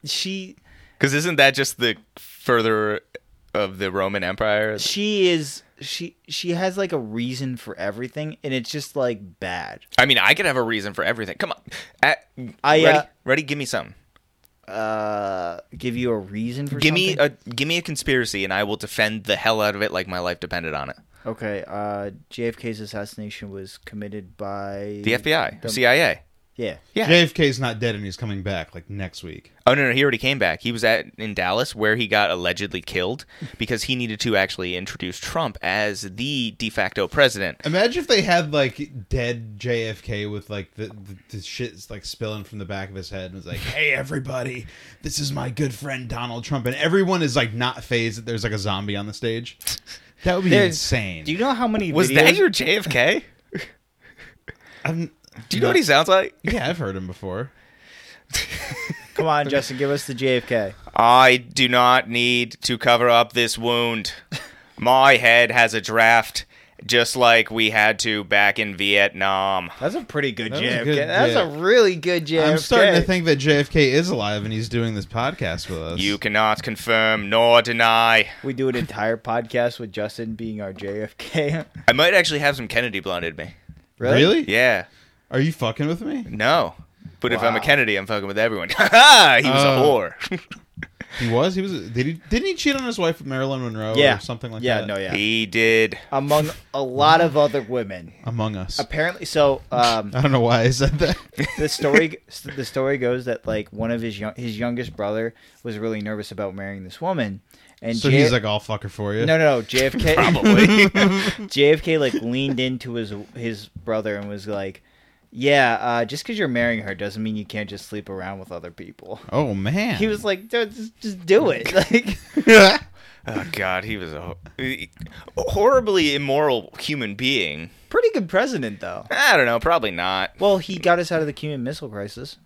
D: She
F: Because isn't that just the further of the Roman Empire?
D: she is she she has like a reason for everything and it's just like bad.
F: I mean, I could have a reason for everything. Come on, At,
D: I,
F: ready,
D: uh,
F: ready. Give me some.
D: Uh give you a reason for
F: Give me
D: something?
F: a give me a conspiracy, and I will defend the hell out of it like my life depended on it.
D: Okay, uh JFK's assassination was committed by
F: The FBI,
D: The-
F: CIA.
D: Yeah.
F: Yeah.
E: JFK's not dead and he's coming back like next week.
F: Oh no, no, he already came back. He was at in Dallas where he got allegedly
D: (laughs)
F: killed because he needed to actually introduce Trump as the de facto president.
E: Imagine if they had like dead JFK with like the, the, the shit's like spilling from the back of his head and
D: (laughs)
E: was like, "Hey everybody, this is my good friend Donald Trump," and everyone is like not phased that there's like a zombie on the stage. That would be
D: There's-
E: insane.
D: Do you know how many
F: Was
D: videos?
F: that your JFK?
D: (laughs)
E: I'm,
F: Do you know what he sounds like?
E: yeah, I've heard him before.
D: Come on, Justin, give us the JFK.
F: I do not need to cover up this (laughs) wound. My head has a draft, just like we had to back in Vietnam.
D: That's a pretty good
E: That was a
D: JFK.
E: good-
D: That's
E: yeah.
D: a really good JFK.
E: I'm starting to think that JFK is alive and he's doing this podcast with us.
F: You cannot confirm nor deny.
D: we do an entire podcast with Justin being our
E: (laughs)
D: JFK.
F: I might actually have some Kennedy blonde in me.
E: really?
F: Yeah.
E: Are you fucking with me?
F: No. But if I'm a
D: Wow.
F: Kennedy, I'm fucking with everyone. (laughs) Ha ha! He was
E: Oh.
F: (laughs) a whore.
E: He was. He was. Did he? Didn't he cheat on his wife with Marilyn Monroe
D: Yeah.
E: or something like
D: yeah,
E: that?
F: Oh,
D: no, yeah.
F: He did.
D: Among a lot of other women.
E: Among Us.
D: Apparently, so um,
E: (laughs) I don't know why I said that.
D: the story the story goes that like one of his young, his youngest brother was really nervous about marrying this woman, (laughs) and
E: so
D: J-
E: he's like, "I'll fuck her for you."
D: no, no, no, (laughs)
E: (laughs)
D: JFK
F: Probably.
D: JFK like leaned into his his brother and was like, "Yeah, uh, just because you're marrying her doesn't mean you can't just sleep around with other people."
E: Oh
D: (laughs)
E: man.
D: He was like, "Dude, "Just, just do it." (laughs) Like,
F: oh, God. He was a ho- a horribly immoral human being.
D: pretty good president though.
F: I don't know. Probably not.
D: Well, he got us out of the Cuban Missile Crisis.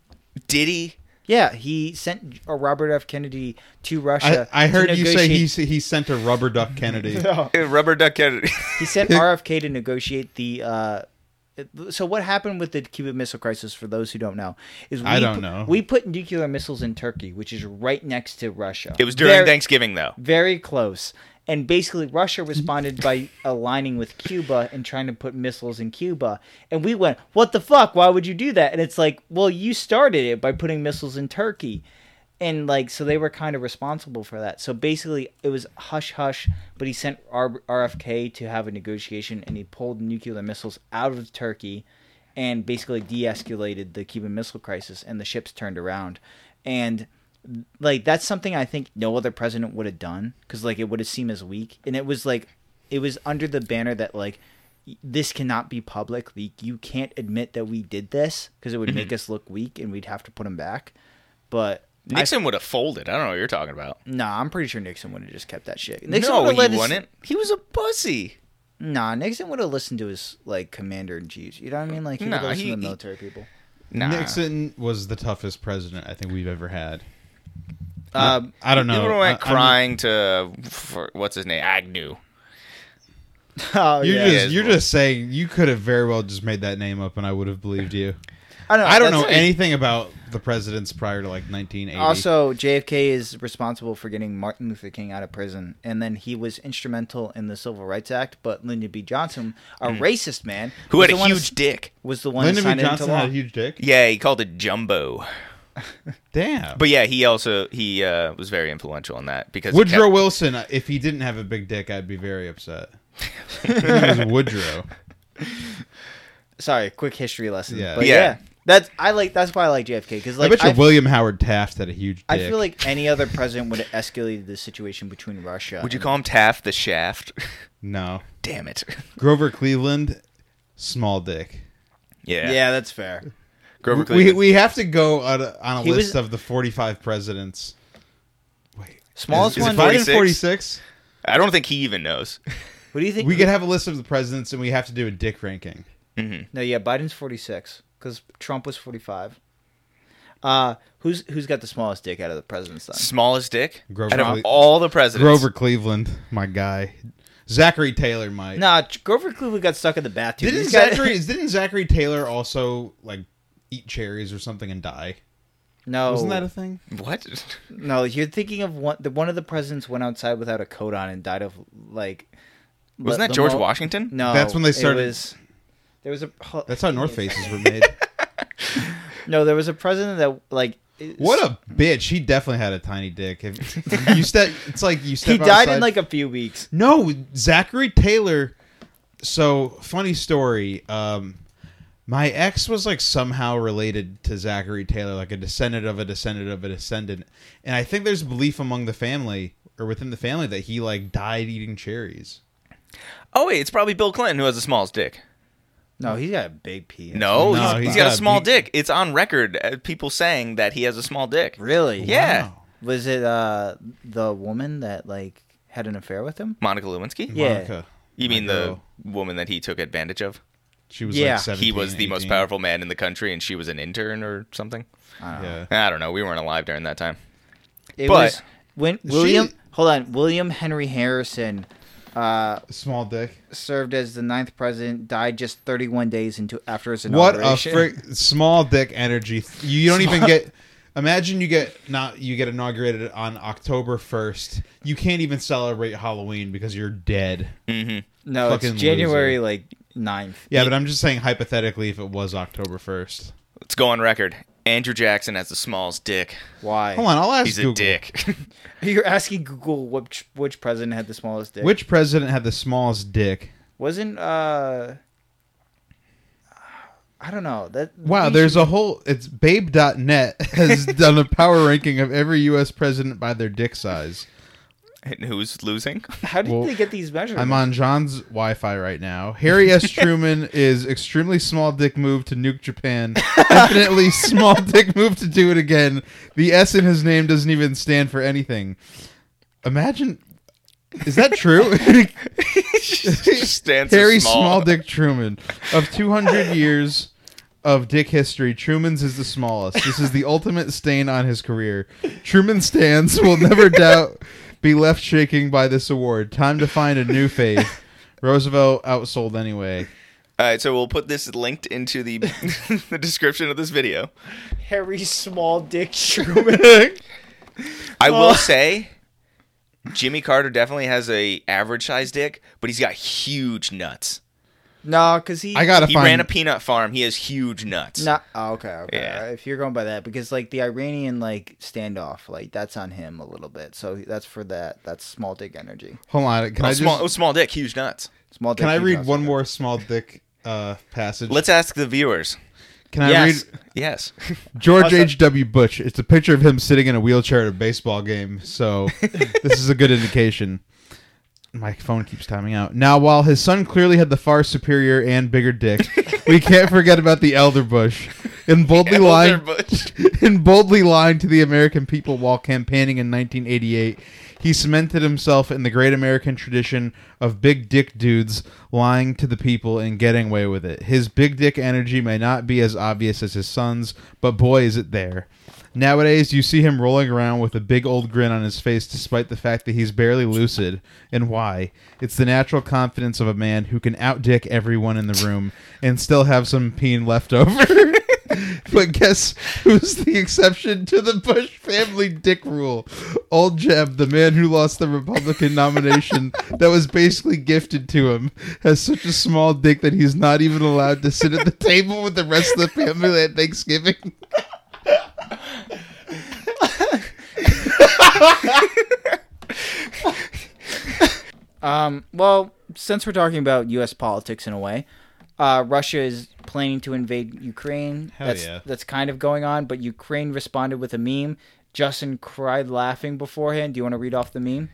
F: Did he?
D: Yeah, he sent uh, Robert F. Kennedy to
E: I,
D: Russia.
E: I
D: to
E: heard you say
D: negotiate- Oh. (laughs)
E: he s- he sent a rubber duck Kennedy.
F: Uh, Rubber duck Kennedy.
D: he
E: (laughs)
D: sent RFK to negotiate the. Uh, so what happened with the Cuban Missile Crisis? For those who don't know, is we
E: I don't
D: pu-
E: know.
D: we put nuclear missiles in Turkey, which is right next to Russia.
F: it was during
D: Very-
F: Thanksgiving, though.
D: very close. And basically, Russia responded by aligning with Cuba and trying to put missiles in Cuba. And we went, "What the fuck? Why would you do that?" And it's like, "Well, you started it by putting missiles in Turkey." And like, so they were kind of responsible for that. So basically, it was hush hush. But he sent R- RFK to have a negotiation, and he pulled nuclear missiles out of Turkey, and basically de-escalated the Cuban Missile Crisis. And the ships turned around, and like that's something I think no other president would have done because like it would have seemed as weak, and it was like it was under the banner that like y- this cannot be public. Like, you can't admit that we did this because it would
F: Mm-hmm.
D: make us look weak, and we'd have to put him back. But I,
F: Nixon would have folded. I don't know what you're talking about.
D: nah, I'm pretty sure Nixon would have just kept that shit. Nixon
F: no,
D: would've
F: he
D: let his-
F: wouldn't. He was a pussy.
D: Nah, Nixon would have listened to his like commander in chief. You know what I mean? Like he would
F: Nah,
D: listen
F: he-
D: to the
F: he-
D: military people. (laughs)
F: Nah.
E: Nixon was the toughest president I think we've ever had.
D: Um,
E: I don't know.
F: People
E: I- I'm-
F: went crying to for, what's his name Agnew.
D: oh,
E: You're
D: yeah.
E: just
F: it's
E: you're
F: bull-
E: just saying you could have very well just made that name up and I would have
D: (laughs)
E: believed you.
D: I don't know,
E: I don't know
D: that's-
E: anything about the presidents prior to like 1980.
D: Also, JFK is responsible for getting Martin Luther King out of prison, and then he was instrumental in the Civil Rights Act. But Lyndon B. Johnson, a racist man
F: Hmm. Who
D: was
F: had
D: the
F: a
D: one
F: huge dick.
D: was the one who
E: Lyndon B.
D: signed it into
E: Johnson
D: law.
E: had a huge dick.
F: Yeah, he called it Jumbo.
E: Damn.
F: But yeah, he also he uh, was very influential on that because he
E: Woodrow
F: kept-
E: Wilson, uh, if he didn't have a big dick, I'd be
D: (laughs)
E: very upset. His name is Woodrow.
D: Sorry, quick history lesson.
E: Yeah.
D: But yeah.
F: Yeah.
D: that's I like. That's why I like JFK because
E: I
D: like
E: bet you
D: I-
E: William Howard Taft had a huge dick.
D: I feel like any other president would have escalated the situation between Russia.
F: would you
D: and-
F: call him Taft the Shaft? (laughs)
E: no.
F: Damn it. (laughs)
E: Grover Cleveland, small dick.
F: Yeah.
D: Yeah. that's fair.
F: Grover
E: We
F: Cleveland.
E: we have to go on a, on a
D: He
E: list
D: was-
E: of the forty five presidents. Wait,
D: Smallest
E: is, is
D: one.
E: Biden
F: 46?
E: forty six?
F: I don't think he even knows. (laughs)
D: What do you think?
E: We could have a list of the presidents, and we have to do a dick ranking.
D: no, yeah, Biden's forty six because Trump was forty five. Uh, who's who's got the smallest dick out of the presidents? Then
F: Smallest dick
E: Grover
F: out of
E: Cleveland.
F: all the presidents.
E: Grover Cleveland, my guy. Zachary Taylor, my.
D: nah, Grover Cleveland got stuck in the bathtub.
E: didn't
D: He's got-
E: Zachary didn't Zachary Taylor also like eat cherries or something and die?
D: (laughs) no,
E: Wasn't that a thing?
F: What? (laughs)
D: no, you're thinking of one. The, one of the presidents went outside without a coat on and died of like.
F: Wasn't
D: le-
F: that George
D: limo-
F: Washington?
D: No,
E: That's when they
D: it
E: started-
D: was- there was a
E: That's how North Faces were made.
D: no. There was a president that like
E: what
D: (laughs)
E: a bitch! He definitely had a tiny dick. If you step, it's like you step.
D: he died
E: outside-
D: in like a few weeks.
E: No, Zachary Taylor. So funny story. Um, my ex was like somehow related to Zachary Taylor, like a descendant of a descendant of a descendant, and I think there's belief among the family or within the family that he like died eating cherries.
F: Oh wait, it's probably Bill Clinton who has the smallest dick.
D: No, he's got a big pee.
F: No,
E: No,
F: he's,
E: he's
F: he's got
E: got
F: a
E: a
F: small
E: big-
F: dick. It's on record. uh, People saying that he has a small dick.
D: Really?
F: Yeah.
E: Wow.
D: Was it uh the woman that like had an affair with him?
F: Monica Lewinsky.
D: Yeah.
E: Monica,
F: You mean
E: my
F: the
E: girl,
F: woman that he took advantage of?
E: She was
D: Yeah.
E: like 17,
F: he was the most
E: 18.
F: powerful man in the country, and she was an intern or something.
E: Yeah.
F: I don't know. We weren't alive during that time.
D: It
F: But-
D: was when William hold on, William Henry Harrison uh
E: Small dick.
D: served as the ninth president, died just thirty one days into after his
E: What a
D: inauguration.
E: frick! Small dick energy. You don't even get. Imagine you get not you get inaugurated on October first. You can't even celebrate Halloween because you're dead.
D: No, it's
E: fucking
D: January
E: loser.
D: like 9th.
E: Yeah, but I'm just saying hypothetically, if it was October first.
F: Let's go on record. Andrew Jackson has the smallest dick.
D: Why?
E: Hold on, I'll ask
F: He's
E: Google.
F: a dick. (laughs)
D: You're asking Google which which president had the smallest dick.
E: Which president had the smallest dick?
D: wasn't uh I don't know. That
E: Wow,
D: we
E: there's a whole. It's Babe.net (laughs) has done a power ranking of every U.S. president by their dick size.
F: and who's losing? (laughs)
D: should- How did
E: well,
D: they get these measurements?
E: I'm on John's Wi-Fi right now. Harry S. Truman is extremely small dick move to nuke Japan. Infinitely small dick move to do it again. The S in his name doesn't even stand for anything. Imagine. Is that true?
F: Just stands for
E: Harry
F: small.
E: small dick Truman
F: (laughs)
E: of 200 years of dick history. Truman's is the smallest. This is the ultimate stain on his career. Truman stands
F: (laughs)
E: will never doubt be left shaking by this award. Time to find a new faith. Roosevelt outsold anyway.
F: All right, so we'll put this linked into the (laughs) the description of this video.
D: Harry Small Dick Truman.
F: I
E: Oh.
F: will say, Jimmy Carter definitely has a average sized dick, but he's got huge nuts.
D: (laughs) no, because he.
E: I gotta
F: He
E: find.
F: ran a peanut farm. He has huge nuts.
D: No, oh, okay, okay.
F: Yeah.
D: If you're going by that, because like the Iranian like standoff, like that's on him a little bit. So that's for that. That's small dick energy.
E: hold on. Can
F: Oh,
E: I just?
F: small, oh, small dick, huge nuts.
D: Small. Dick
E: can I
D: huge
E: read
D: ass.
E: one more small dick uh, passage?
F: Let's ask the viewers.
E: can I
D: Yes.
E: read
F: Yes.
E: George H.W. Bush. It's a picture of him sitting in a wheelchair at a baseball game, so this is a good indication. My phone keeps timing out. Now, while his son clearly had the far superior and bigger dick, we can't forget about the elder Bush. In boldly lying,
F: Bush.
E: (laughs) in boldly lying to the American people while campaigning in 1988, he cemented himself in the great American tradition of big dick dudes lying to the people and getting away with it. His big dick energy may not be as obvious as his son's, but boy, is it there. Nowadays, you see him rolling around with a big old grin on his face despite the fact that he's barely lucid. And why? It's the natural confidence of a man who can outdick everyone in the room and still have some peen left (laughs) over. (laughs) but guess who's the exception to the Bush family dick rule? Old Jeb, the man who lost the Republican nomination that was basically gifted to him, has such a small dick that he's not even allowed to sit at the table with the rest of the family at Thanksgiving.
D: Um, well, since we're talking about U.S. politics in a way, uh, Russia is planning to invade Ukraine.
E: Hell
D: that's,
E: yeah.
D: That's kind of going on, but Ukraine responded with a meme. Justin cried laughing beforehand. Do you want to read off the meme?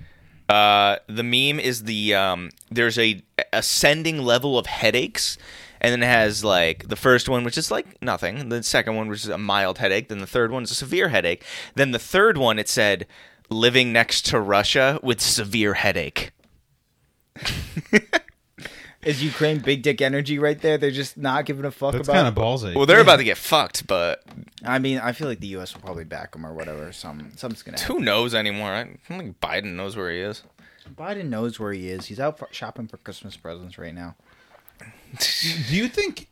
F: Uh, the meme is the um, there's a ascending level of headaches, and then it has like the first one, which is like nothing. The second one, which is a mild headache. Then the third one is a severe headache. Then the third one, it said living next to Russia with severe headache.
D: Is Ukraine big dick energy right there? They're just not giving a fuck
E: That's
D: about.
E: kind of ballsy.
F: Well, they're about to get fucked, but
D: I mean, I feel like the U.S. will probably back them or whatever. Some something's gonna happen.
F: who knows anymore? I don't think Biden knows where he is.
D: Biden knows where he is. He's out for, shopping for Christmas presents right now.
E: Do you think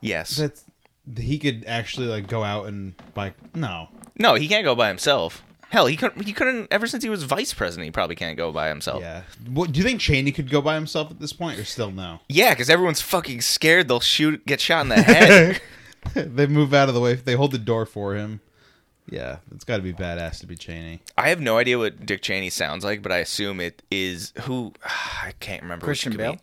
F: Yes.
E: that he could actually like go out and like no?
F: no, he can't go by himself. Hell, he couldn't. He couldn't ever since he was vice president. He probably can't go by himself.
E: Yeah. What, do you think Cheney could go by himself at this point, or still no?
F: Yeah, because everyone's fucking scared they'll shoot, get shot in the
D: (laughs)
F: head.
E: they move out of the way. They hold the door for him. Yeah, it's got to be badass to be Cheney.
F: I have no idea what Dick Cheney sounds like, but I assume it is who (sighs) I can't remember. which
D: Christian
F: comedian-
D: Bale?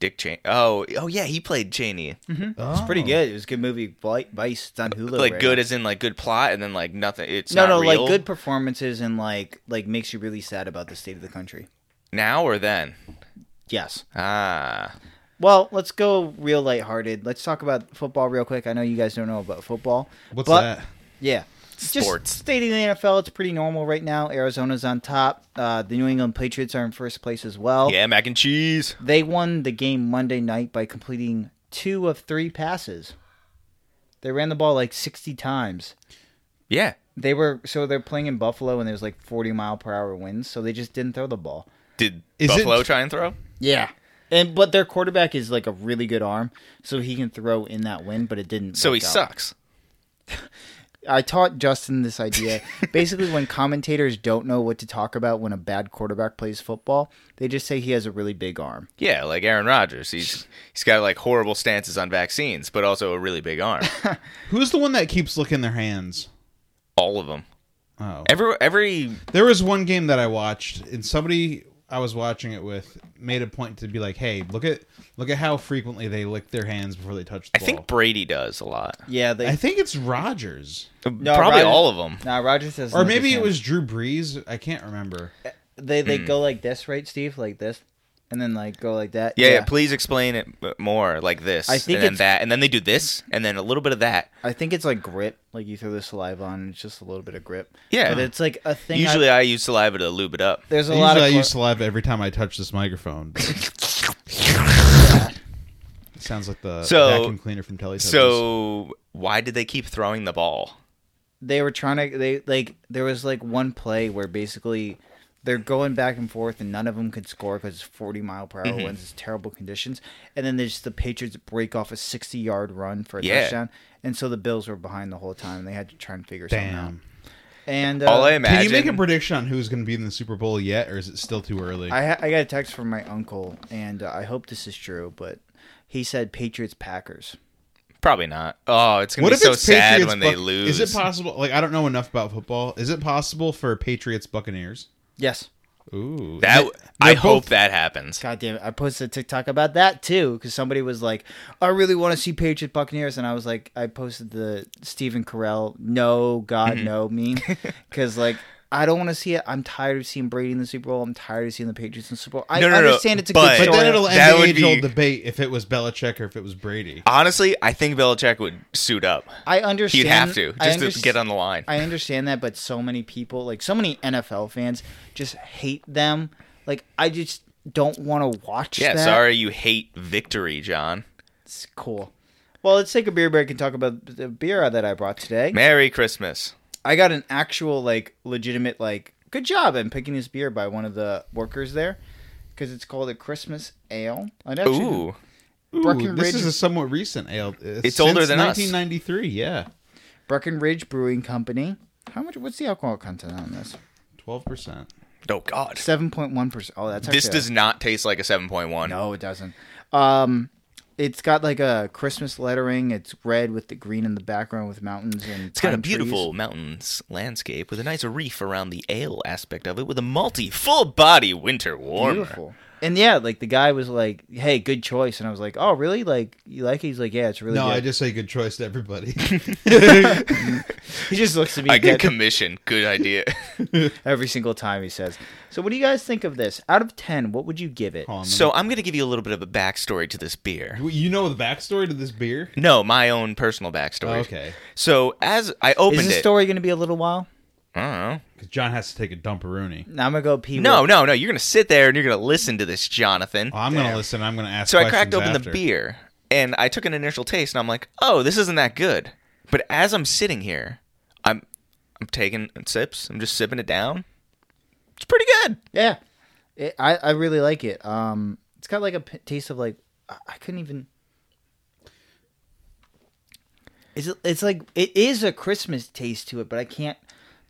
F: Dick Cheney. Oh, oh yeah, he played
D: (laughs)
F: Cheney.
E: It's
D: Pretty good. It was a good movie. Vi- Vice. It's on Hulu.
F: Like
D: right
F: good as in like good plot, and then like nothing. It's
D: No, no,
F: not real.
D: like good performances and like like makes you really sad about the state of the country.
F: now or then.
D: Yes.
F: Ah,
D: Well, let's go real lighthearted. Let's talk about football real quick. I know you guys don't know about football.
E: What's
D: but-
E: that?
D: Yeah.
F: Sports.
D: Just stating the NFL, it's pretty normal right now. Arizona's on top. Uh, the New England Patriots are in first place as well.
F: yeah, mac and cheese.
D: They won the game Monday night by completing two of three passes. They ran the ball like 60 times.
F: Yeah.
D: They were so they're playing in Buffalo and there's like 40 mile per hour winds, so they just didn't throw the ball.
F: Did
E: Is it-
F: Buffalo try and throw?
D: Yeah. And but their quarterback is like a really good arm, so he can throw in that wind, but it didn't.
F: So he
D: work out.
F: sucks.
D: I taught Justin this idea. Basically, when commentators don't know what to talk about when a bad quarterback plays football, they just say he has a really big arm.
F: Yeah, like Aaron Rodgers. He's he's got like horrible stances on vaccines, but also a really big arm.
E: Who's the one that keeps licking their hands?
F: All of them.
E: Oh,
F: Every every
E: there was one game that I watched, and somebody I was watching it with made a point to be like, "Hey, look at look at how frequently they lick their hands before they touch
F: I
E: the ball."
F: think Brady does a lot.
D: Yeah, they
E: I think it's Rogers,
F: Probably
D: Rodgers-
F: all of them.
D: Nah, Rogers doesn't.
E: or
D: lick his
E: maybe it
D: hand.
E: was Drew Brees. I can't remember.
D: they. They
F: Hmm.
D: go like this, right, Steve? Like this, and then like go like that.
F: Yeah, yeah, please explain it m- more like this.
D: I think
F: and then
D: it's-
F: that, and then they do this, and then a little bit of that.
D: I think it's like grip. Like you throw the saliva on, and it's just a little bit of grip.
F: Yeah.
D: but it's like a thing. I-
F: Usually, I, use saliva to lube it up.
D: there's a
E: Usually,
D: lot of.
E: I
D: quar-
E: use saliva every time I touch
D: (laughs)
E: this microphone. but- It sounds like the
F: So-
E: vacuum cleaner from Teletubbies.
F: So why did they keep throwing the ball?
D: they were trying to they like there was like one play where basically they're going back and forth and none of them could score because it's 40 mile per hour
F: Mm-hmm.
D: winds it's terrible conditions and then there's the patriots break off a 60 yard run for a
F: Yeah.
D: touchdown and so the bills were behind the whole time and they had to try and figure something
E: damn.
D: out and uh,
F: All I
E: Can
F: imagine.
E: you make a prediction on who's going to be in the Super Bowl yet, or is it still too early?
D: I, ha- I got a text from my uncle and uh, i hope this is true but he said patriots packers
F: Probably not. Oh, it's gonna be so sad when they
E: Buc-
F: lose.
E: Is it possible? Like I don't know enough about football. Is it possible for Patriots Buccaneers?
D: yes
E: Ooh,
F: That
E: They-
F: I
E: they're
F: hope
E: both-
F: that happens.
D: God damn it. I posted a TikTok about that too because somebody was like, I really want to see Patriot Buccaneers. And I was like, I posted the Stephen Carell, no, God,
F: Mm-hmm.
D: no meme.
F: (laughs)
D: Because, like, I don't want to see it. I'm tired of seeing Brady in the Super Bowl. I'm tired of seeing the Patriots in the Super Bowl. I
F: No, no, no,
D: understand it's a
F: but-
D: good
E: But
D: story.
E: then it'll end
F: That
E: the
F: would
E: age-old
F: be-
E: debate if it was Belichick or if it was Brady.
F: Honestly, I think Belichick would suit up.
D: I understand.
F: He'd have to
D: I
F: just to
D: underst-
F: get on the line.
D: I understand that, but so many people, like so many NFL fans, just hate them. Like I just don't want to watch.
F: yeah,
D: that.
F: sorry you hate victory, John.
D: It's cool. Well, let's take a beer break and talk about the beer that I brought today.
F: Merry Christmas.
D: I got an actual like legitimate like good job in picking this beer by one of the workers there because it's called a Christmas ale. I know.
F: Ooh, Oh,
E: Ooh,
D: Breckenridge,
E: this is a uh, somewhat recent ale. It's,
F: older than us.
E: 1993. Yeah,
D: Breckenridge Brewing Company. How much? What's the alcohol content on this?
E: twelve percent.
F: oh God.
D: Seven point one percent. Oh, that's
F: This
D: actually-
F: does not taste like a 7.1.
D: No, it doesn't. Um, It's got like a Christmas lettering. It's red with the green in the background with mountains and
F: It's got a
D: pine trees.
F: beautiful mountains landscape with a nice reef around the ale aspect of it with a multi full body winter warmer.
D: Beautiful. And yeah, like the guy was like, "Hey, good choice," and I was like, "Oh, really? Like you like it?" He's like, "Yeah, it's really
E: no,
D: good."
E: I just say good choice
F: (laughs)
E: to everybody.
D: (laughs) he just looks at me
F: I get
D: dead
F: commission. Good
D: (laughs)
F: idea.
D: every single time he says. So, what do you guys think of this? Out of ten, what would you give it?
E: Hold on,
F: so I'm gonna give you a little bit of a backstory to this beer.
E: let me- you know the backstory to this beer?
F: No, my own personal backstory.
E: okay,
F: So as I opened
D: Is this
F: it,
D: story going to be a little while?
F: I don't know.
E: because John has to take a dumperoonie.
D: Now I'm gonna go pee.
F: No,
D: with-
F: no, no. You're gonna sit there and you're gonna listen to this, Jonathan.
E: Well, I'm gonna listen. I'm gonna ask.
F: so I cracked
E: questions
F: open
E: after.
F: the beer and I took an initial taste and I'm like, oh, this isn't that good. But as I'm sitting here, I'm I'm taking sips. I'm just sipping it down. It's pretty good.
D: yeah, it, I I really like it. Um, it's got like a p- taste of like I, I couldn't even. Is it? It's like it is a Christmas taste to it, but I can't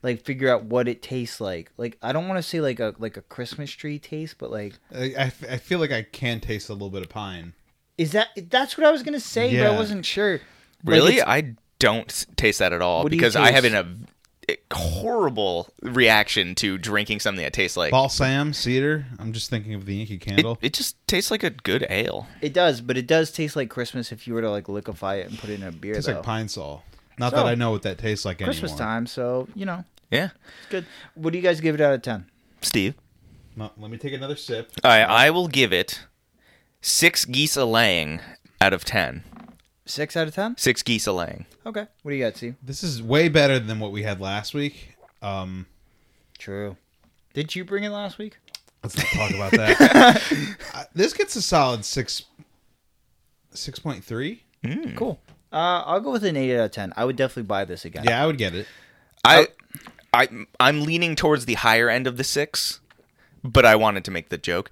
D: like figure out what it tastes like. Like I don't want to say like a like a Christmas tree taste, but like
E: I, I f- I feel like I can taste a little bit of pine.
D: is that that's what I was gonna say, but I
E: Yeah.
D: wasn't sure. Like,
F: Really,
D: it's-
F: I don't s- taste that at all
D: What do you
F: because I have
D: taste?
F: an a, a horrible reaction to drinking something that tastes like
E: Balsam, cedar. I'm just thinking of the Yankee
F: it,
E: candle.
F: it just tastes like a good ale.
D: it does, but it does taste like Christmas if you were to like liquefy it and put it in a beer.
E: tastes
D: though.
E: like pine sol. Not
D: So,
E: that I know what that tastes like
D: Christmas
E: anymore.
D: time, so you know
F: Yeah,
D: it's good. What do you guys give it out of ten?
F: Steve.
E: No, let me take another sip.
F: I I will give it six geese a laying out of ten.
D: Six out of ten.
F: Six geese a laying.
D: Okay. What do you got, Steve?
E: This is way better than what we had last week. Um,
D: True. Did you bring it last week?
E: let's not talk about that.
D: (laughs)
E: Uh, this gets a solid six, six point three. Hmm.
D: Cool. Uh, I'll go with an eight out of ten. I would definitely buy this again.
E: Yeah, I would get it.
F: I, I, I'm leaning towards the higher end of the six, but I wanted to make the joke.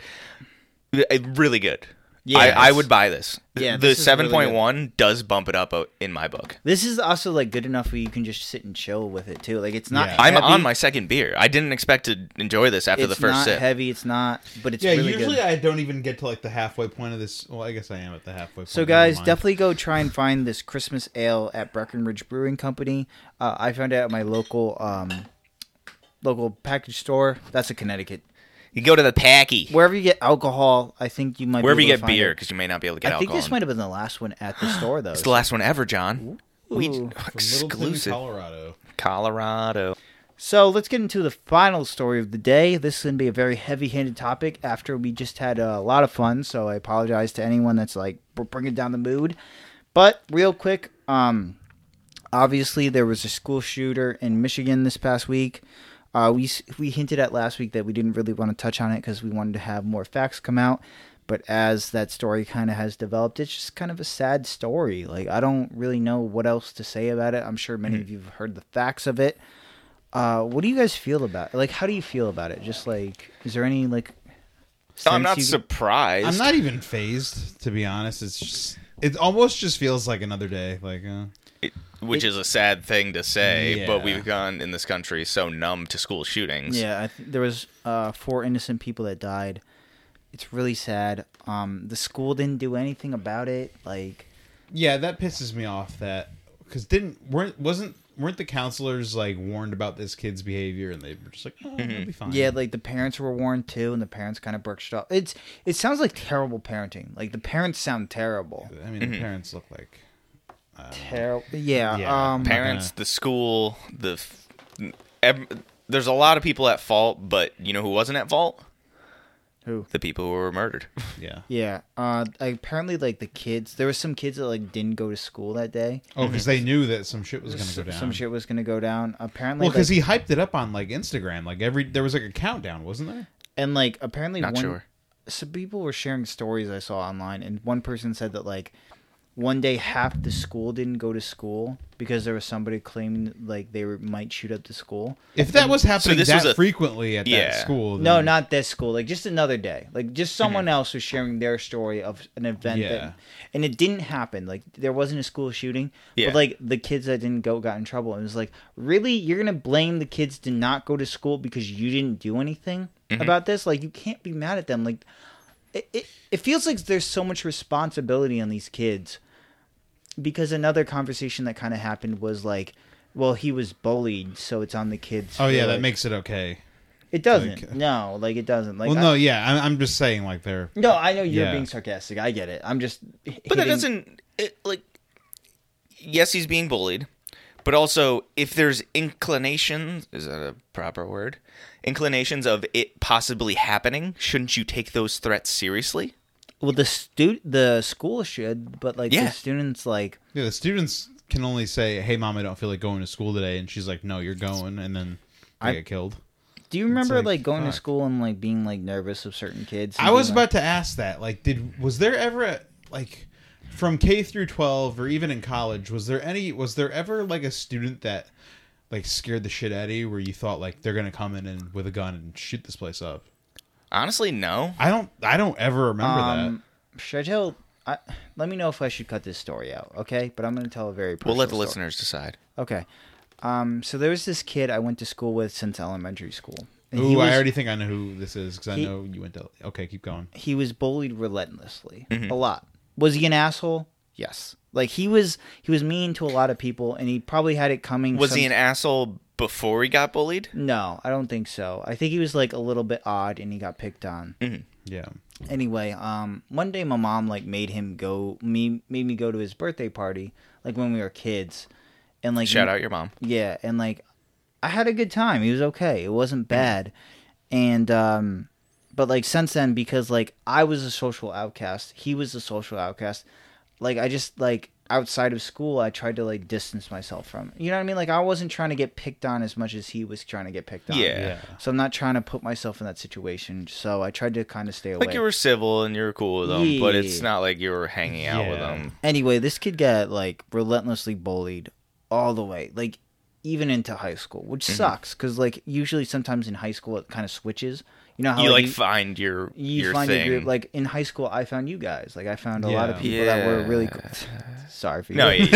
F: Uh, Really good. Yeah,
D: Yes.
F: I, I would buy this.
D: Yeah,
F: the
D: this is really
F: seven
D: good.
F: point one does bump it up uh, in my book.
D: This is also like good enough where you can just sit and chill with it too. Like it's not.
E: Yeah.
F: I'm
D: heavy.
F: on my second beer. I didn't expect to enjoy this after
D: It's
F: the first
D: not
F: sip.
D: heavy. It's not. But it's
E: Yeah,
D: really
E: usually
D: good.
E: I don't even get to like the halfway point of this. Well, I guess I am at the halfway. point.
D: So,
E: never
D: guys,
E: mind.
D: definitely go try and find this Christmas ale at Breckenridge Brewing Company. Uh, I found it at my local um, local package store. That's a Connecticut.
F: You go to the packy,
D: Wherever you get alcohol, I think you might
F: wherever
D: be
F: you
D: able to
F: get
D: find
F: beer,
D: it.
F: because you may not be able to
D: I
F: get
D: think
F: alcohol.
D: this might have been the last one at
F: (gasps)
D: the store though.
F: it's the last one ever, John. We
D: Ooh.
E: From Littleton,
F: exclusive
E: Colorado.
F: Colorado.
D: So let's get into the final story of the day. This is going to be a very heavy-handed topic after we just had a lot of fun. So I apologize to anyone that's like br- bringing down the mood. But real quick, um, obviously there was a school shooter in Michigan this past week. Uh, we s- we hinted at last week that we didn't really want to touch on it because we wanted to have more facts come out. But as that story kind of has developed, it's just kind of a sad story. Like I don't really know what else to say about it. I'm sure many
F: Hmm.
D: of you have heard the facts of it. Uh, what do you guys feel about? Like, how do you feel about it? Just like, is there any like?
F: So I'm
D: sense
F: not
D: you-
F: surprised.
E: I'm not even phased, to be honest. It's just it almost just feels like another day. Like uh,
F: It- which is a sad thing to say,
E: Yeah.
F: but we've gone in this country so numb to school shootings.
D: Yeah, I th- there was uh, four innocent people that died. It's really sad. Um, the school didn't do anything about it. Like,
E: yeah, that pisses me off. That because didn't weren't wasn't weren't the counselors like warned about this kid's behavior and they were just like, oh, it'll be fine.
D: Mm-hmm. yeah, like the parents were warned too, and the parents kind of brushed it off. It's it sounds like terrible parenting. Like the parents sound terrible.
E: I mean, the parents look like
D: Terrible. Yeah.
E: Yeah,
D: um,
F: Parents,
E: gonna-
F: the school, the f- ev- there's a lot of people at fault, but you know who wasn't at fault?
D: Who?
F: The people who were
D: (laughs)
F: murdered.
E: yeah.
D: yeah. Uh, apparently, like the kids, there was some kids that like didn't go to school that day.
E: Oh, because they knew that some shit was gonna
D: S-
E: go down.
D: Mm-hmm. Some shit was gonna go down. Apparently,
E: Well, because
D: like-
E: he hyped it up on like Instagram. Like every there was like a countdown, wasn't there?
D: and like apparently
F: Not
D: one
F: sure.
D: some people were sharing stories I saw online, and one person said that like one day half the school didn't go to school because there was somebody claiming like they were, might shoot up the school.
E: If that was happening
F: this
E: that
F: was a-
E: frequently at that
F: Yeah.
E: school,
D: No,
E: then- Mm-hmm.
D: not this school. Like just another day. Like just someone else was sharing their story of an event
E: Yeah.
D: that, and it didn't happen. Like there wasn't a school shooting.
F: Yeah.
D: But like the kids that didn't go got in trouble. And it was like, really, you're gonna blame the kids to
E: Mm-hmm.
D: not go to school because you didn't do anything about this? Like you can't be mad at them. Like it, it, it feels like there's so much responsibility on these kids because another conversation that kind of happened was like well he was bullied so it's on the kids
E: Oh
D: for,
E: yeah, that
D: like-
E: makes it okay.
D: it doesn't
E: like- (laughs)
D: no like it doesn't like
E: Well,
D: I-
E: no, yeah, I'm, I'm just saying like they're
D: no i know you're
E: Yeah.
D: being sarcastic i get it i'm just
F: But that doesn't it, like. Yes, he's being bullied, but also if there's inclinations is that a proper word? Inclinations of it possibly happening, shouldn't you take those threats seriously?
D: well the stu- the school should but like
F: Yeah.
D: the students like
E: yeah, the students can only say, "Hey, mom, I don't feel like going to school today," and she's like, "No, you're going," and then they
D: I-
E: get killed.
D: do you remember
E: like,
D: like, going to
E: fuck.
D: school and like being like nervous of certain kids and
E: I
D: being
E: was
D: like-
E: about to ask that. Like, did was there ever a, like from K through twelve, or even in college, was there any? Was there ever like a student that like scared the shit out of you, where you thought like they're gonna come in and with a gun and shoot this place up?
F: Honestly, no.
E: I don't. I don't ever remember
D: Um, should I tell? I, let me know if I should cut this story out, okay? But I'm going to tell a very.
F: We'll
D: Personal
F: let the
D: story.
F: listeners decide.
D: Okay. Um. So there was this kid I went to school with since elementary school.
E: that.
D: And
E: Ooh,
D: he was,
E: I already think I know who this is because I
D: He-
E: know you went to. Okay, keep going.
D: He was bullied relentlessly,
E: Mm-hmm.
D: a lot. Was he an asshole? Yes. Like he was. He was mean to a lot of people, and he probably had it coming.
F: Was he an
D: some-
F: asshole before he got bullied?
D: No, I don't think so. I think he was like a little bit odd, and he got picked on.
F: Mm.
E: Yeah.
D: anyway, um, one day my mom like made him go me made me go to his birthday party like when we were kids, and like
F: Shout out your mom.
D: yeah, and like I had a good time. He was okay. It
F: Mm.
D: wasn't bad, and um, but like since then because like I was a social outcast, he was a social outcast. Like I just like outside of school, I tried to like distance myself from. It. You know what I mean? Like I wasn't trying to get picked on as much as he was trying to get picked on.
F: Yeah.
D: So I'm not trying to put myself in that situation. So I tried to kind of stay away.
F: Like you were civil and you were cool with them, but it's
D: Yeah.
F: not like you were hanging out with
E: Yeah.
F: them.
D: Anyway, this kid got like relentlessly bullied all the way, like even into high school, which
F: Mm-hmm.
D: sucks because like usually sometimes in high school it kind of switches. You know how
F: You like find your
D: you
F: your
D: find
F: thing.
D: a group like in high school I found you guys like I found a lot of
E: Yeah.
D: people that were really cool. (laughs) sorry for you
F: no, you,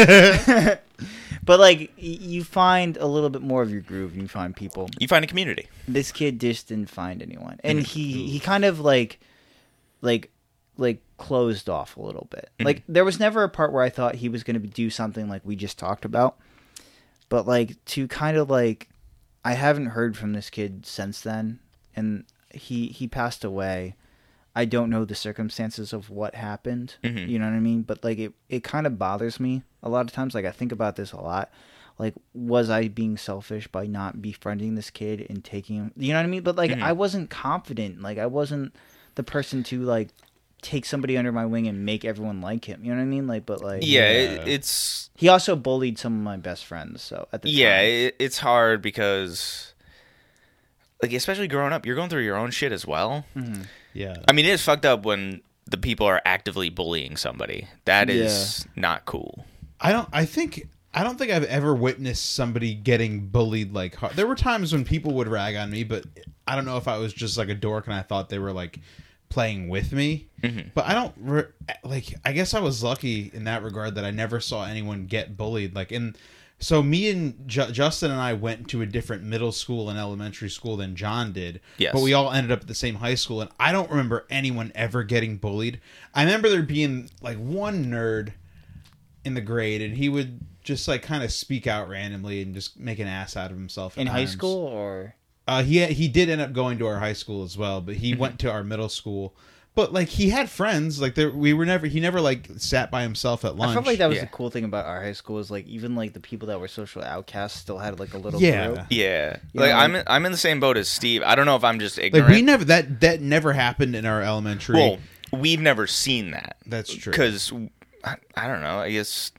D: but like y- you find a little bit more of your groove and you find people
F: you find a community.
D: this kid just didn't find anyone and he he kind of like like like closed off a little bit like there was never a part where i thought he was going to do something like we just talked about but like to kind of like i haven't heard from this kid since then and he he passed away i don't know the circumstances of what happened
F: Mm-hmm.
D: you know what i mean but like it it kind of bothers me a lot of times like i think about this a lot like was i being selfish by not befriending this kid and taking him you know what i mean but like
F: Mm-hmm.
D: i wasn't confident like i wasn't the person to like take somebody under my wing and make everyone like him you know what i mean like but like
F: Yeah, it, it's
D: he also bullied some of my best friends so at the
F: yeah,
D: time
F: it, it's hard because like especially growing up, you're going through your own shit as well.
E: Yeah.
F: I mean, it is fucked up when the people are actively bullying somebody. That is not cool.
E: I don't. I think. I don't think I've ever witnessed somebody getting bullied like hard. There were times when people would rag on me, but I don't know if I was just like a dork and I thought they were like playing with me. But I don't re- like. I guess I was lucky in that regard that I never saw anyone get bullied. Like and So me and Ju- Justin and I went to a different middle school and elementary school than John did.
F: Yes.
E: But we all ended up at the same high school, and I don't remember anyone ever getting bullied. I remember there being like one nerd in the grade, and he would just like kind of speak out randomly and just make an ass out of himself. at
D: in high
E: times.
D: school or
E: uh, he he did end up going to our high school as well, but
D: Mm-hmm.
E: he went to our middle school. But like he had friends, like there we were never he never like sat by himself at lunch.
D: I felt like that was
F: Yeah.
D: the cool thing about our high school is like even like the people that were social outcasts still had like a little
E: Yeah.
D: group.
F: Yeah,
D: You
F: like
D: know,
F: I'm in, I'm in the same boat as Steve. I don't know if I'm just
E: Like
F: ignorant.
E: we never that that never happened in our elementary.
F: well, we've never seen that.
E: That's true.
F: Because I, I don't know. I guess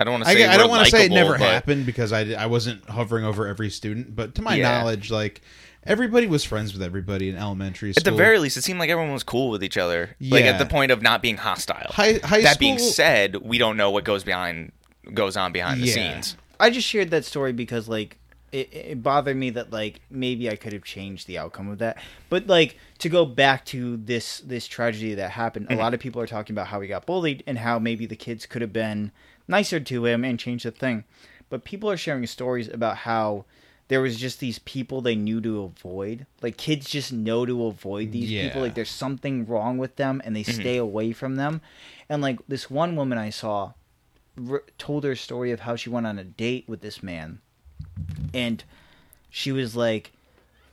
F: I don't want to
E: I,
F: say.
E: I don't
F: want to
E: say it never
F: but,
E: happened because I, I wasn't hovering over every student, but to my
F: Yeah.
E: knowledge, like everybody was friends with everybody in elementary school.
F: At the very least, it seemed like everyone was cool with each other. Like
E: Yeah.
F: at the point of not being hostile.
E: High- high
F: that being
E: school-
F: said, we don't know what goes behind goes on behind the
E: Yeah.
F: scenes.
D: I just shared that story because like it, it bothered me that like maybe I could have changed the outcome of that. But like to go back to this this tragedy that happened, a lot of people are talking about how he got bullied and how maybe the kids could have been nicer to him and changed the thing. But people are sharing stories about how there was just these people they knew to avoid. Like kids just know to avoid these people.
E: Yeah.
D: Like there's something wrong with them, and they stay away from them. And like this one woman I saw, r- told her story of how she went on a date with this man, and she was like,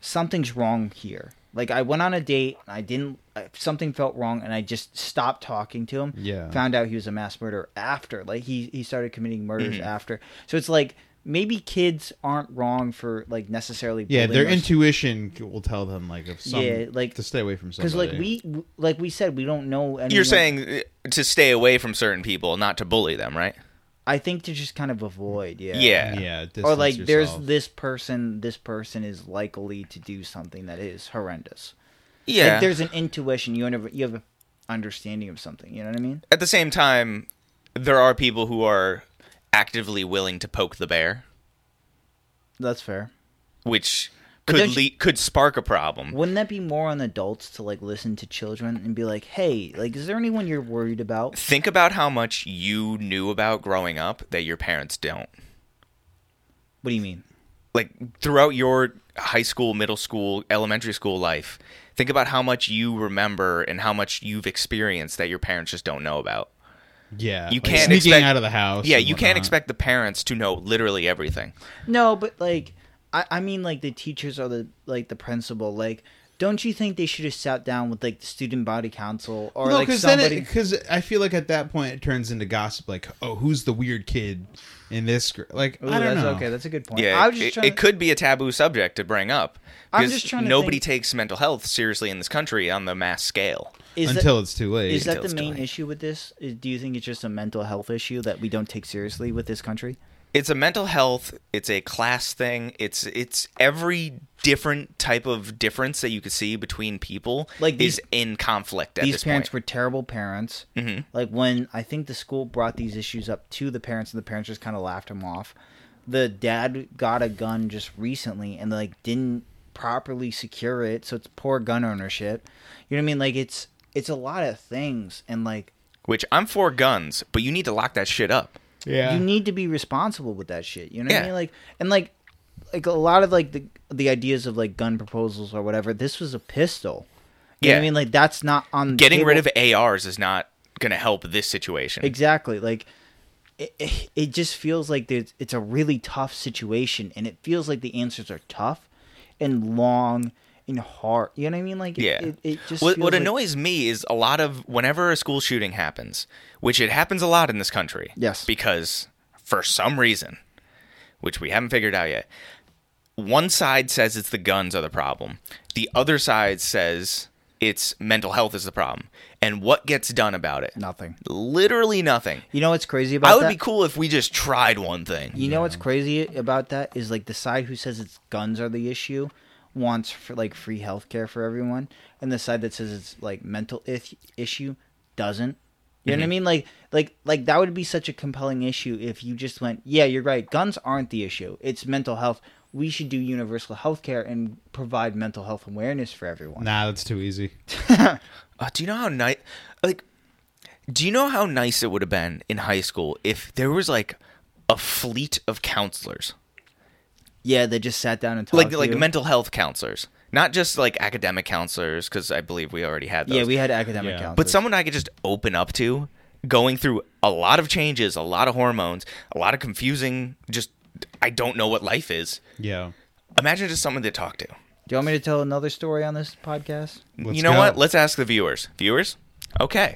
D: "Something's wrong here." Like I went on a date, and I didn't. I- Something felt wrong, and I just stopped talking to him.
E: Yeah.
D: Found out he was a mass murderer after. Like he he started committing murders
F: Mm-hmm.
D: after. So it's like maybe kids aren't wrong for like necessarily.
E: Yeah,
D: bullying
E: their
D: or
E: intuition c- will tell them like if some,
D: Yeah, like-
E: to stay away from somebody.
D: because like we like we said we don't know. Anyone.
E: Mm-hmm.
F: You're saying uh, to stay away from certain people, not to bully them, right?
D: I think to just kind of avoid. Yeah.
F: Yeah.
E: yeah,
D: or
E: distance
D: like
E: yourself.
D: there's this person this person is likely to do something that is horrendous
F: Yeah.
D: like there's an intuition you have you have an understanding of something you know what i mean
F: At the same time, there are people who are actively willing to poke the bear,
D: that's fair
F: which
D: But
F: could
D: don't you-
F: le- could spark a problem.
D: wouldn't that be more on adults to like listen to children and be like hey like is there anyone you're worried about
F: Think about how much you knew about growing up that your parents don't.
D: what do you mean
F: Like throughout your high school, middle school, elementary school life, think about how much you remember and how much you've experienced that your parents just don't know about.
E: yeah,
F: you
E: like,
F: can't
E: sneaking
F: expect-
E: out of the house.
F: yeah,
E: and
F: you can't
E: whatnot.
F: expect the parents to know literally everything.
D: no but like i i mean like the teachers are the like the principal like don't you think they should have sat down with like the student body council or
E: no,
D: like
E: because
D: somebody
E: then because I feel like at that point it turns into gossip. Like, oh, who's the weird kid in this? Gr-? Like,
D: Ooh,
E: I don't
D: that's
E: know.
D: okay that's a good point
F: Yeah,
D: I
F: it,
D: was just
F: it-
D: trying
F: it
D: to-
F: could be a taboo subject to bring up.
D: I'm
F: because
D: just trying to
F: nobody
D: think-
F: takes mental health seriously in this country on the mass scale.
D: is that-
E: until it's too late.
D: Is that
F: until
D: the
F: it's
D: main
F: dying.
D: issue with this? Is, do you think it's just a mental health issue that we don't take seriously with this country?
F: It's a mental health. It's a class thing. It's it's every different type of difference that you could see between people
D: Like
F: is
D: these-
F: in conflict at
D: these
F: this point.
D: parents
F: Mm-hmm.
D: were terrible parents. Like when I think the school brought these issues up to the parents, and the parents just kind of laughed them off. The dad got a gun just recently, and like didn't properly secure it, so it's poor gun ownership. You know what I mean? Like it's it's a lot of things, and like
F: Which I'm for guns, but you need to lock that shit up.
E: yeah,
D: you need to be responsible with that shit. You know what I
F: Yeah.
D: mean? Like and like like a lot of like the the ideas of like gun proposals or whatever. This was a pistol. You know
F: Yeah.
D: what I mean? Like that's not on the
F: Getting rid
D: table.
F: of ARs is not going to help this situation.
D: Exactly. Like it, it, it just feels like there's, it's a really tough situation and it feels like the answers are tough and long and hard. You know what I mean? Like it-
F: Yeah.
D: it, it just
F: what
D: feels
F: what
D: like-
F: annoys me is a lot of whenever a school shooting happens, which it happens a lot in this country.
D: Yes.
F: Because for some reason, which we haven't figured out yet, one side says it's the guns are the problem. The other side says it's mental health is the problem. And what gets done about it?
D: nothing.
F: Literally nothing.
D: You know what's crazy about
F: I would
D: that?
F: be cool if we just tried one thing.
D: You know what's crazy about that is like the side who says it's guns are the issue wants for like free healthcare for everyone, and the side that says it's like mental ith- issue doesn't. You know
F: Mm-hmm.
D: what I mean? Like, like, like that would be such a compelling issue if you just went, yeah, you're right. Guns aren't the issue. It's mental health. We should do universal healthcare and provide mental health awareness for everyone.
E: nah, that's too easy.
F: Uh, do you know how nice? Like, do you know how nice it would have been in high school if there was like a fleet of counselors,
D: Yeah, they just sat down and talked.
F: like
D: to
F: like
D: you.
F: mental health counselors, not just like academic counselors, because I believe we already had those.
D: Yeah, we had academic
E: Yeah.
D: counselors.
F: But someone I could just open up to, going through a lot of changes, a lot of hormones, a lot of confusing. Just I don't know what life is.
E: Yeah,
F: Imagine just someone to talk to.
D: Do you want me to tell another story on this podcast?
E: Let's
F: you know
E: go.
F: what? Let's ask the viewers. Viewers, okay.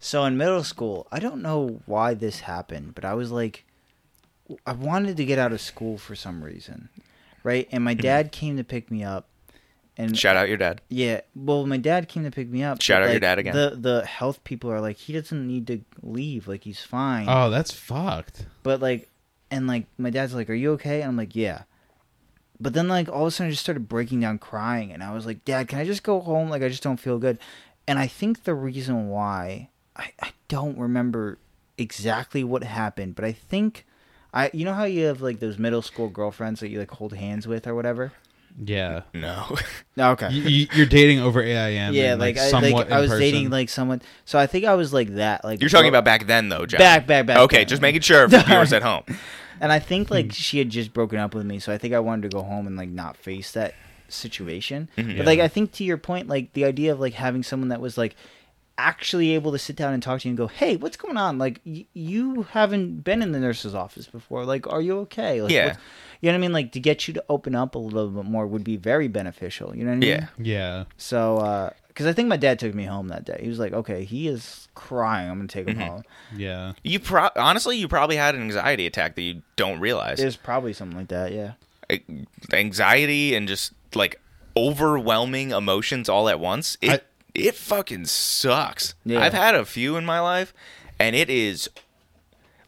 D: So in middle school, I don't know why this happened, but I was like, I wanted to get out of school for some reason, right? And
F: Mm-hmm.
D: my dad came to pick me up, and
F: Shout out your dad.
D: yeah, well, my dad came to pick me up.
F: Shout
D: but,
F: out your
D: like,
F: dad again.
D: The the health people are like, he doesn't need to leave, like he's fine.
E: Oh, that's fucked.
D: But like, and like, my dad's like, "Are you okay?" And I'm like, "Yeah." But then like all of a sudden, I just started breaking down, crying, and I was like, "Dad, can I just go home? Like, I just don't feel good." And I think the reason why I, I don't remember exactly what happened, but I think I you know how you have like those middle school girlfriends that you like hold hands with or whatever.
E: Yeah,
F: No.
D: Okay.
E: you, you- you're dating over AIM.
D: yeah,
E: and,
D: like,
E: like,
D: I,
E: somewhat.
D: like
E: in
D: I was
E: person.
D: dating like someone, so I think I was like that.
F: (laughs)
D: Like
F: You're talking
D: girl-
F: about back then, though, John.
D: Back, back, back
F: Okay,
D: then.
F: just making sure for viewers at home.
D: And I think
F: Hmm.
D: like she had just broken up with me, so I think I wanted to go home and like not face that situation.
F: Hmm,
D: But like I think to your point, like the idea of like having someone that was like actually able to sit down and talk to you and go, "Hey, what's going on? Like y- you haven't been in the nurse's office before. Like are you okay?" Like,
F: Yeah.
D: what's- You know what I mean? Like to get you to open up a little bit more would be very beneficial. You know what I mean?
F: Yeah.
E: Yeah.
D: So, because I think my dad took me home that day. He was like, "Okay, he is crying. I'm gonna take
F: Mm-hmm.
D: him home."
E: Yeah.
F: You pro- honestly, you probably had an anxiety attack that you don't realize.
D: It was probably something like that. Yeah.
F: A- uh, Anxiety and just like overwhelming emotions all at once. It it fucking sucks.
D: Yeah.
F: I've had a few in my life, and it is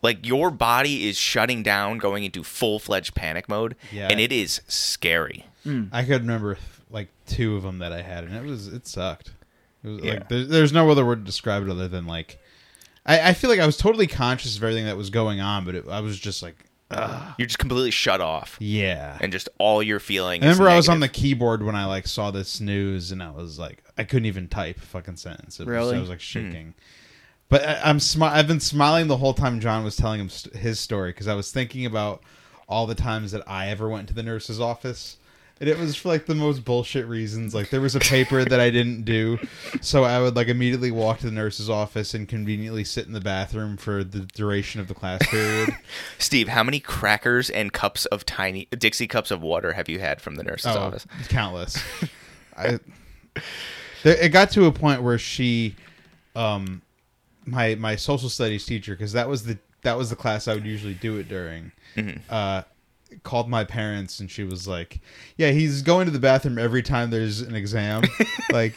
F: like your body is shutting down, going into full fledged panic mode,
E: Yeah.
F: and it is scary.
E: I could remember like two of them that I had, and it was it sucked. It was like there, there's no other word to describe it other than like I, I feel like I was totally conscious of everything that was going on, but it, I was just like,
F: You're just completely shut off,
E: yeah.
F: and just all you're feeling.
E: I
F: is
E: remember I was on the
F: negative.
E: keyboard when I like saw this news, and I was like, I couldn't even type a fucking sentence. It was-
D: Really?
E: I
F: Hmm.
E: was like shaking. But I, I'm smi- I've been smiling the whole time John was telling him st- his story because I was thinking about all the times that I ever went to the nurse's office. And it was for like the most bullshit reasons. Like there was a paper that I didn't do, so I would like immediately walk to the nurse's office and conveniently sit in the bathroom for the duration of the class period.
F: Steve. How many crackers and cups of tiny Dixie cups of water have you had from the nurse's office?
E: Oh, (laughs) Countless. I, there, it got to a point where she, um, my my social studies teacher, because that was the that was the class I would usually do it during. Uh, called my parents and she was like, "Yeah, he's going to the bathroom every time there's an (laughs) exam. like,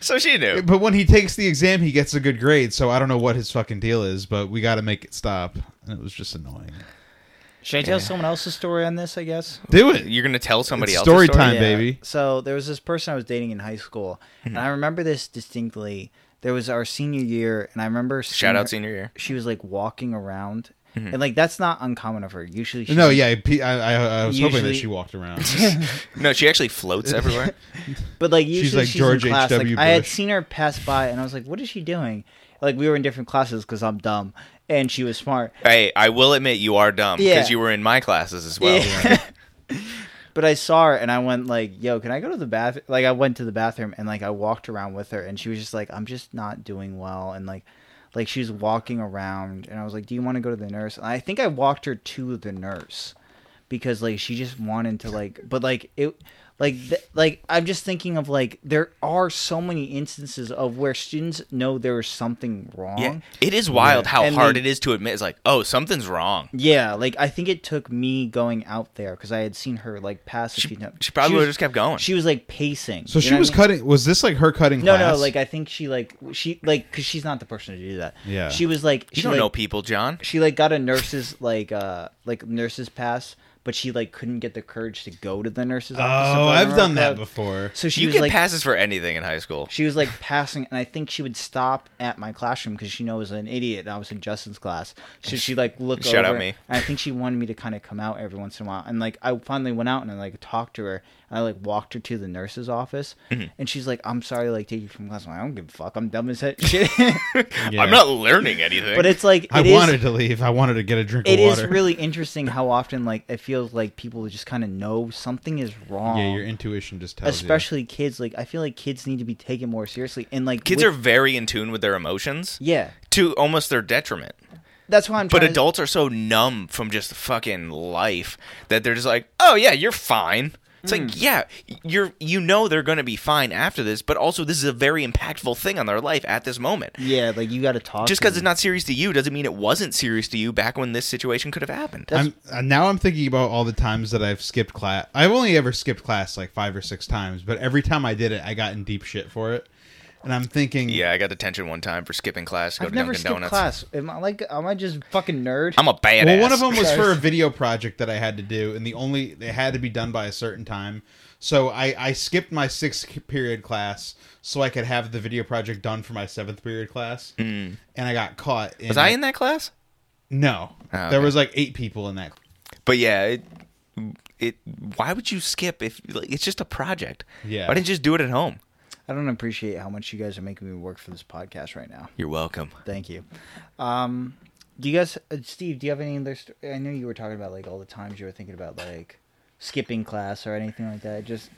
F: So she knew.
E: but when he takes the exam, he gets a good grade. So I don't know what his fucking deal is, but we got to make it stop." And it was just annoying.
D: Should I tell someone else's story on this? I guess.
E: Do it.
F: You're gonna tell somebody
E: It's
F: else.
E: story time, baby. Mm-hmm.
D: So there was this person I was dating in high school, and I remember this distinctly. There was our senior year, and I remember
F: Shout
D: seeing her-
F: out senior year.
D: She was like walking around, and like that's not uncommon of her. Usually, she,
E: Mm-hmm. No, yeah, I, I, I was hoping that
D: Usually-
E: she walked around.
D: (laughs)
F: No, she actually floats everywhere.
D: But like usually she's
E: like George
D: in class.
E: H.W.
D: Like, I had
E: Bush.
D: seen her pass by, and I was like, "What is she doing?" Like we were in different classes because I'm dumb, and she was smart.
F: (laughs) hey, I will admit you are dumb because
D: Yeah.
F: you were in my classes as well.
D: Yeah. but I saw her and I went like, "Yo, can I go to the bath?" Like I went to the bathroom and like I walked around with her and she was just like, "I'm just not doing well." And like like she was walking around and I was like, "Do you want to go to the nurse?" And I think I walked her to the nurse because like she just wanted to like but like it like th- like I'm just thinking of like there are so many instances of where students know there is something
F: (laughs)
D: wrong.
F: Yeah. It is wild how
D: And
F: hard
D: they-
F: it is to admit. It's like, oh, something's wrong.
D: Yeah, like I think it took me going out there because I had seen her like pass a few times.
F: she probably
D: was-
F: would've just kept going.
D: She was like pacing.
E: So
D: you
E: she
D: know what I
E: was
D: mean?
E: cutting. Was this like her cutting?
D: No,
E: class?
D: no, like I think she like she like because she's not the person to do that.
E: Yeah.
D: she was like
F: You
D: she
F: don't
D: like,
F: know people, John.
D: She like got a nurse's like uh like nurse's pass, but she like couldn't get the courage to go to the nurse's office. if
E: Oh,
D: I
E: I've
D: remember
E: done that
D: correct.
E: before.
D: So she
F: you
D: was
F: get
D: like
F: passes for anything in high school.
D: she was like passing, and I think she would stop at my classroom because she knew I was an idiot and I was in Justin's class. So she like looked
F: Shout out
D: over,
F: me.
D: And I think she wanted me to kind of come out every once in a while. And like I finally went out and I like talked to her. And I like walked her to the nurse's office,
F: Mm-hmm.
D: and she's like, "I'm sorry, like take you from class." I'm like, I don't give a fuck. I'm dumb as he- (laughs) shit.
E: Yeah.
F: I'm not learning anything.
D: but it's like
E: I
D: it is-
E: wanted to leave. I wanted to get a drink
D: It
E: of
D: is
E: water.
D: really interesting how often like it feels like people just kind of know something is wrong.
E: yeah, your intuition just tells
D: especially kids. Like I feel like kids need to be taken more seriously, and like
F: Kids
D: with-
F: are very in tune with their emotions
D: yeah.
F: to almost their detriment.
D: That's why I'm.
F: But
D: trying to-
F: adults are so numb from just fucking life that they're just like, "Oh yeah, you're fine." It's
D: Hmm.
F: like, "Yeah, you're you know they're going to be fine after this, but also this is a very impactful thing on their life at this moment."
D: Yeah, like you got to talk.
F: Just
D: to
F: because it's
D: them.
F: not serious to you doesn't mean it wasn't serious to you back when this situation could have happened.
E: you. I'm uh, now. I'm thinking about all the times that I've skipped class. I've only ever skipped class like five or six times, but every time I did it, I got in deep shit for it. And I'm thinking,
F: Yeah, I got detention one time for skipping class. to Go
D: I've
F: to
D: never
F: Dunkin'
D: skipped
F: Donuts.
D: class. Am I like? Am I just fucking nerd?
F: I'm a badass.
E: Well, one of them was
D: Sorry.
E: for a video project that I had to do, and the only it had to be done by a certain time. So I, I skipped my sixth period class so I could have the video project done for my seventh period class, mm. and I got caught. In,
F: Hmm. was I in that class?
E: No,
F: Oh, okay.
E: there was like eight people in that.
F: But yeah, it, it. Why would you skip if like, it's just a project?
E: Yeah.
F: Why didn't you just do it at home?
D: I don't appreciate how much you guys are making me work for this podcast right now.
F: You're welcome.
D: Thank you. Um, Do you guys, uh, Steve? Do you have any other? St- I know you were talking about like all the times you were thinking about like skipping class or anything like that. Just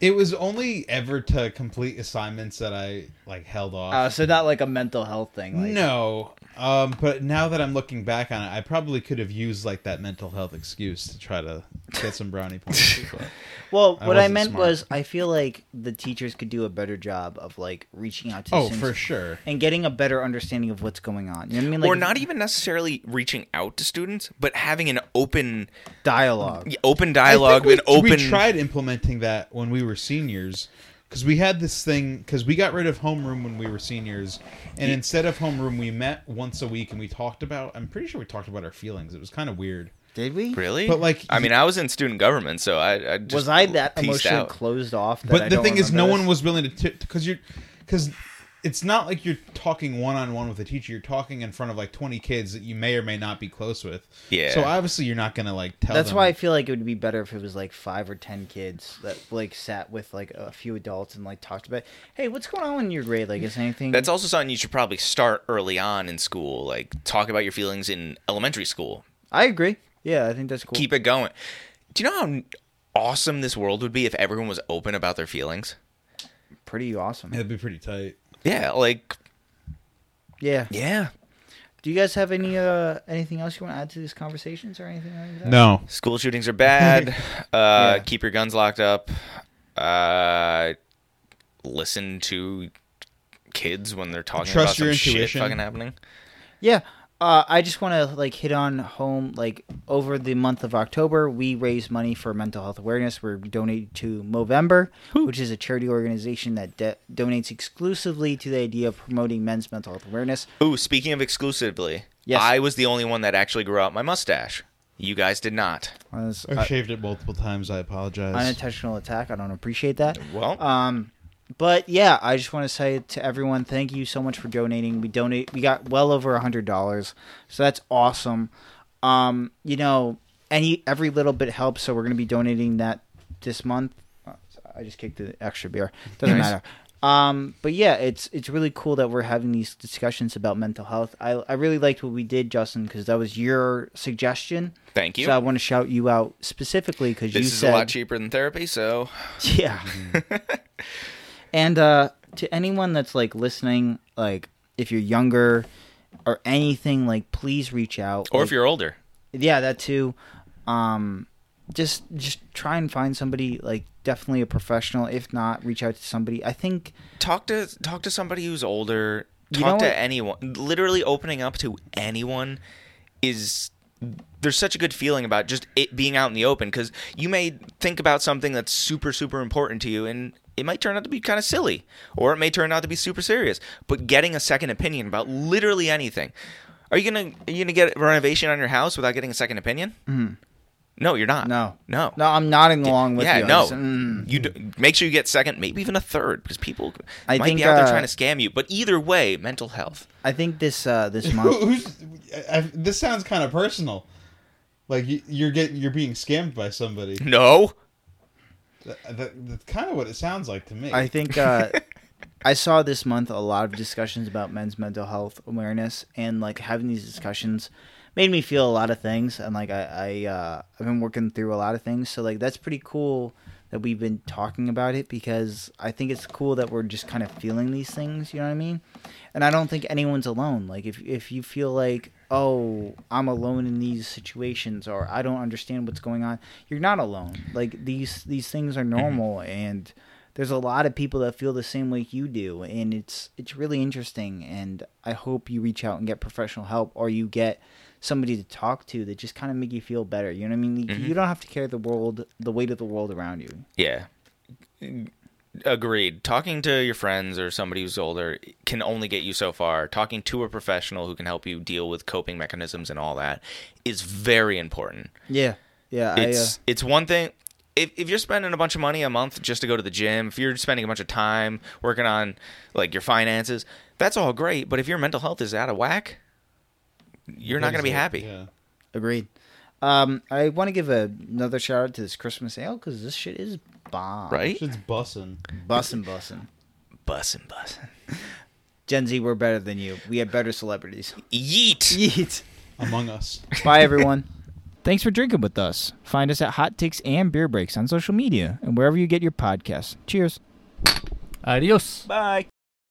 E: It was only ever to complete assignments that I like held off.
D: uh, so not like a mental health thing. Like,
E: no, um, but now that I'm looking back on it, I probably could have used like that mental health excuse to try to get some
F: (laughs)
E: brownie points. but-
D: Well,
E: I
D: what I
E: wasn't
D: meant
E: smart.
D: was, I feel like the teachers could do a better job of like reaching out to.
E: oh,
D: students
E: for sure.
D: And getting a better understanding of what's going on. You know what I mean? Like
F: or not e-, even necessarily reaching out to students, but having an open
D: dialogue.
F: open
E: I think
F: dialogue,
E: we-
F: an open
E: We tried implementing that when we were seniors because we had this thing because we got rid of homeroom when we were seniors, and instead of homeroom, we met once a week and we talked about. I'm pretty sure we talked about our feelings. It was kind of weird.
D: Did we?
F: Really?
E: But, like,
F: I mean, I was in student government, so I, I just
D: Was I that
F: pieced
D: emotionally
F: out.
D: closed off? That
E: but
D: I
E: the
D: don't
E: thing is, no
D: remember
E: one
D: this?
E: was willing to because you're because it's not like you're talking one on one with a teacher. You're talking in front of like 20 kids that you may or may not be close with.
F: Yeah.
E: So obviously, you're not gonna like tell.
D: That's
E: them-
D: why I feel like it would be better if it was like five or ten kids that like sat with like a few adults and like talked about, hey, what's going on in your grade? Like, is anything?
F: That's also something you should probably start early on in school. Like talk about your feelings in elementary school.
D: I agree. Yeah, I think that's cool.
F: Keep it going. Do you know how awesome this world would be if everyone was open about their feelings?
D: pretty awesome.
E: it'd be pretty tight.
F: Yeah, like
D: Yeah.
F: yeah.
D: Do you guys have any uh anything else you want to add to these conversations or anything like that?
E: No,
F: School shootings are bad. uh,
D: Yeah.
F: Keep your guns locked up. Uh, listen to kids when they're talking
E: Trust
F: about some
E: your
F: shit
E: intuition.
F: fucking happening.
D: Yeah. Uh, I just want to like hit on home like over the month of October we raise money for mental health awareness. We're donating to Movember, which is a charity organization that de- donates exclusively to the idea of promoting men's mental health awareness.
F: Ooh, speaking of exclusively,
D: Yes.
F: I was the only one that actually grew out my mustache. You guys did not.
D: As-
E: I've shaved it multiple times. I apologize.
D: unintentional attack. I don't appreciate that.
F: Well,
D: Um, but yeah, I just want to say to everyone, thank you so much for donating. We donate. We got well over a hundred dollars, so that's awesome. Um, you know, any every little bit helps. So we're gonna be donating that this month. Uh, I just kicked the extra beer. Doesn't
F: Nice.
D: matter. Um, but yeah, it's it's really cool that we're having these discussions about mental health. I I really liked what we did, Justin, because that was your suggestion.
F: thank you.
D: So I want to shout you out specifically because you
F: this is
D: said
F: a lot cheaper than therapy, so
D: yeah. (laughs) and uh, to anyone that's like listening, like if you're younger or anything, like please reach out.
F: or
D: Like,
F: if you're older,
D: yeah, that too. Um, just just try and find somebody like definitely a professional. If not, reach out to somebody. I think
F: talk to talk to somebody who's older.
D: You
F: Talk
D: know
F: to
D: what-
F: anyone. Literally opening up to anyone is there's such a good feeling about just it being out in the open because you may think about something that's super super important to you and it might turn out to be kind of silly or it may turn out to be super serious but getting a second opinion about literally anything are you gonna are you gonna get a renovation on your house without getting a second opinion no you're not
D: Mm-hmm. no,
F: no
D: no. I'm nodding along with
F: yeah,
D: you.
F: no.
D: It's, mm.
F: You do, make sure you get second, maybe even a third, because people
D: I
F: might
D: think,
F: be out there
D: uh,
F: trying to scam you. But either way, mental health.
D: I think this uh, this
F: (laughs)
E: Who,
D: month.
E: who's? I, I, this sounds kind of personal. Like you, you're getting you're being scammed by somebody.
F: No,
E: That, that, that's kind of what it sounds like to me.
D: I think uh, I saw this month a lot of discussions about men's mental health awareness, and like having these discussions made me feel a lot of things. And like I, I uh, I've been working through a lot of things, so like that's pretty cool that we've been talking about it because I think it's cool that we're just kind of feeling these things. You know what I mean? And I don't think anyone's alone. Like if if you feel like oh i'm alone in these situations or i don't understand what's going on you're not alone like these these things are normal and there's a lot of people that feel the same way you do and it's it's really interesting and i hope you reach out and get professional help or you get somebody to talk to that just kind of make you feel better you know what i mean You- you don't have to carry the world the weight of the world around you
F: yeah, agreed. Talking to your friends or somebody who's older can only get you so far. Talking to a professional who can help you deal with coping mechanisms and all that is very important.
D: yeah yeah uh,
F: it's it's one thing if, if you're spending a bunch of money a month just to go to the gym if you're spending a bunch of time working on like your finances that's all great but if your mental health is out of whack you're not going to be happy
E: Yeah.
D: I agreed um i want to give a, another shout out to this christmas ale because this shit is bomb
F: right
E: Shit's bussin'.
D: bussin bussin
F: bussin bussin
A: Gen Z, we're better than you. We had better celebrities.
F: Yeet.
A: Yeet.
E: Among Us.
A: Bye, everyone. Thanks for drinking with us. Find us at Hot Takes and Beer Breaks on social media and wherever you get your podcasts. Cheers.
B: Adios.
A: Bye.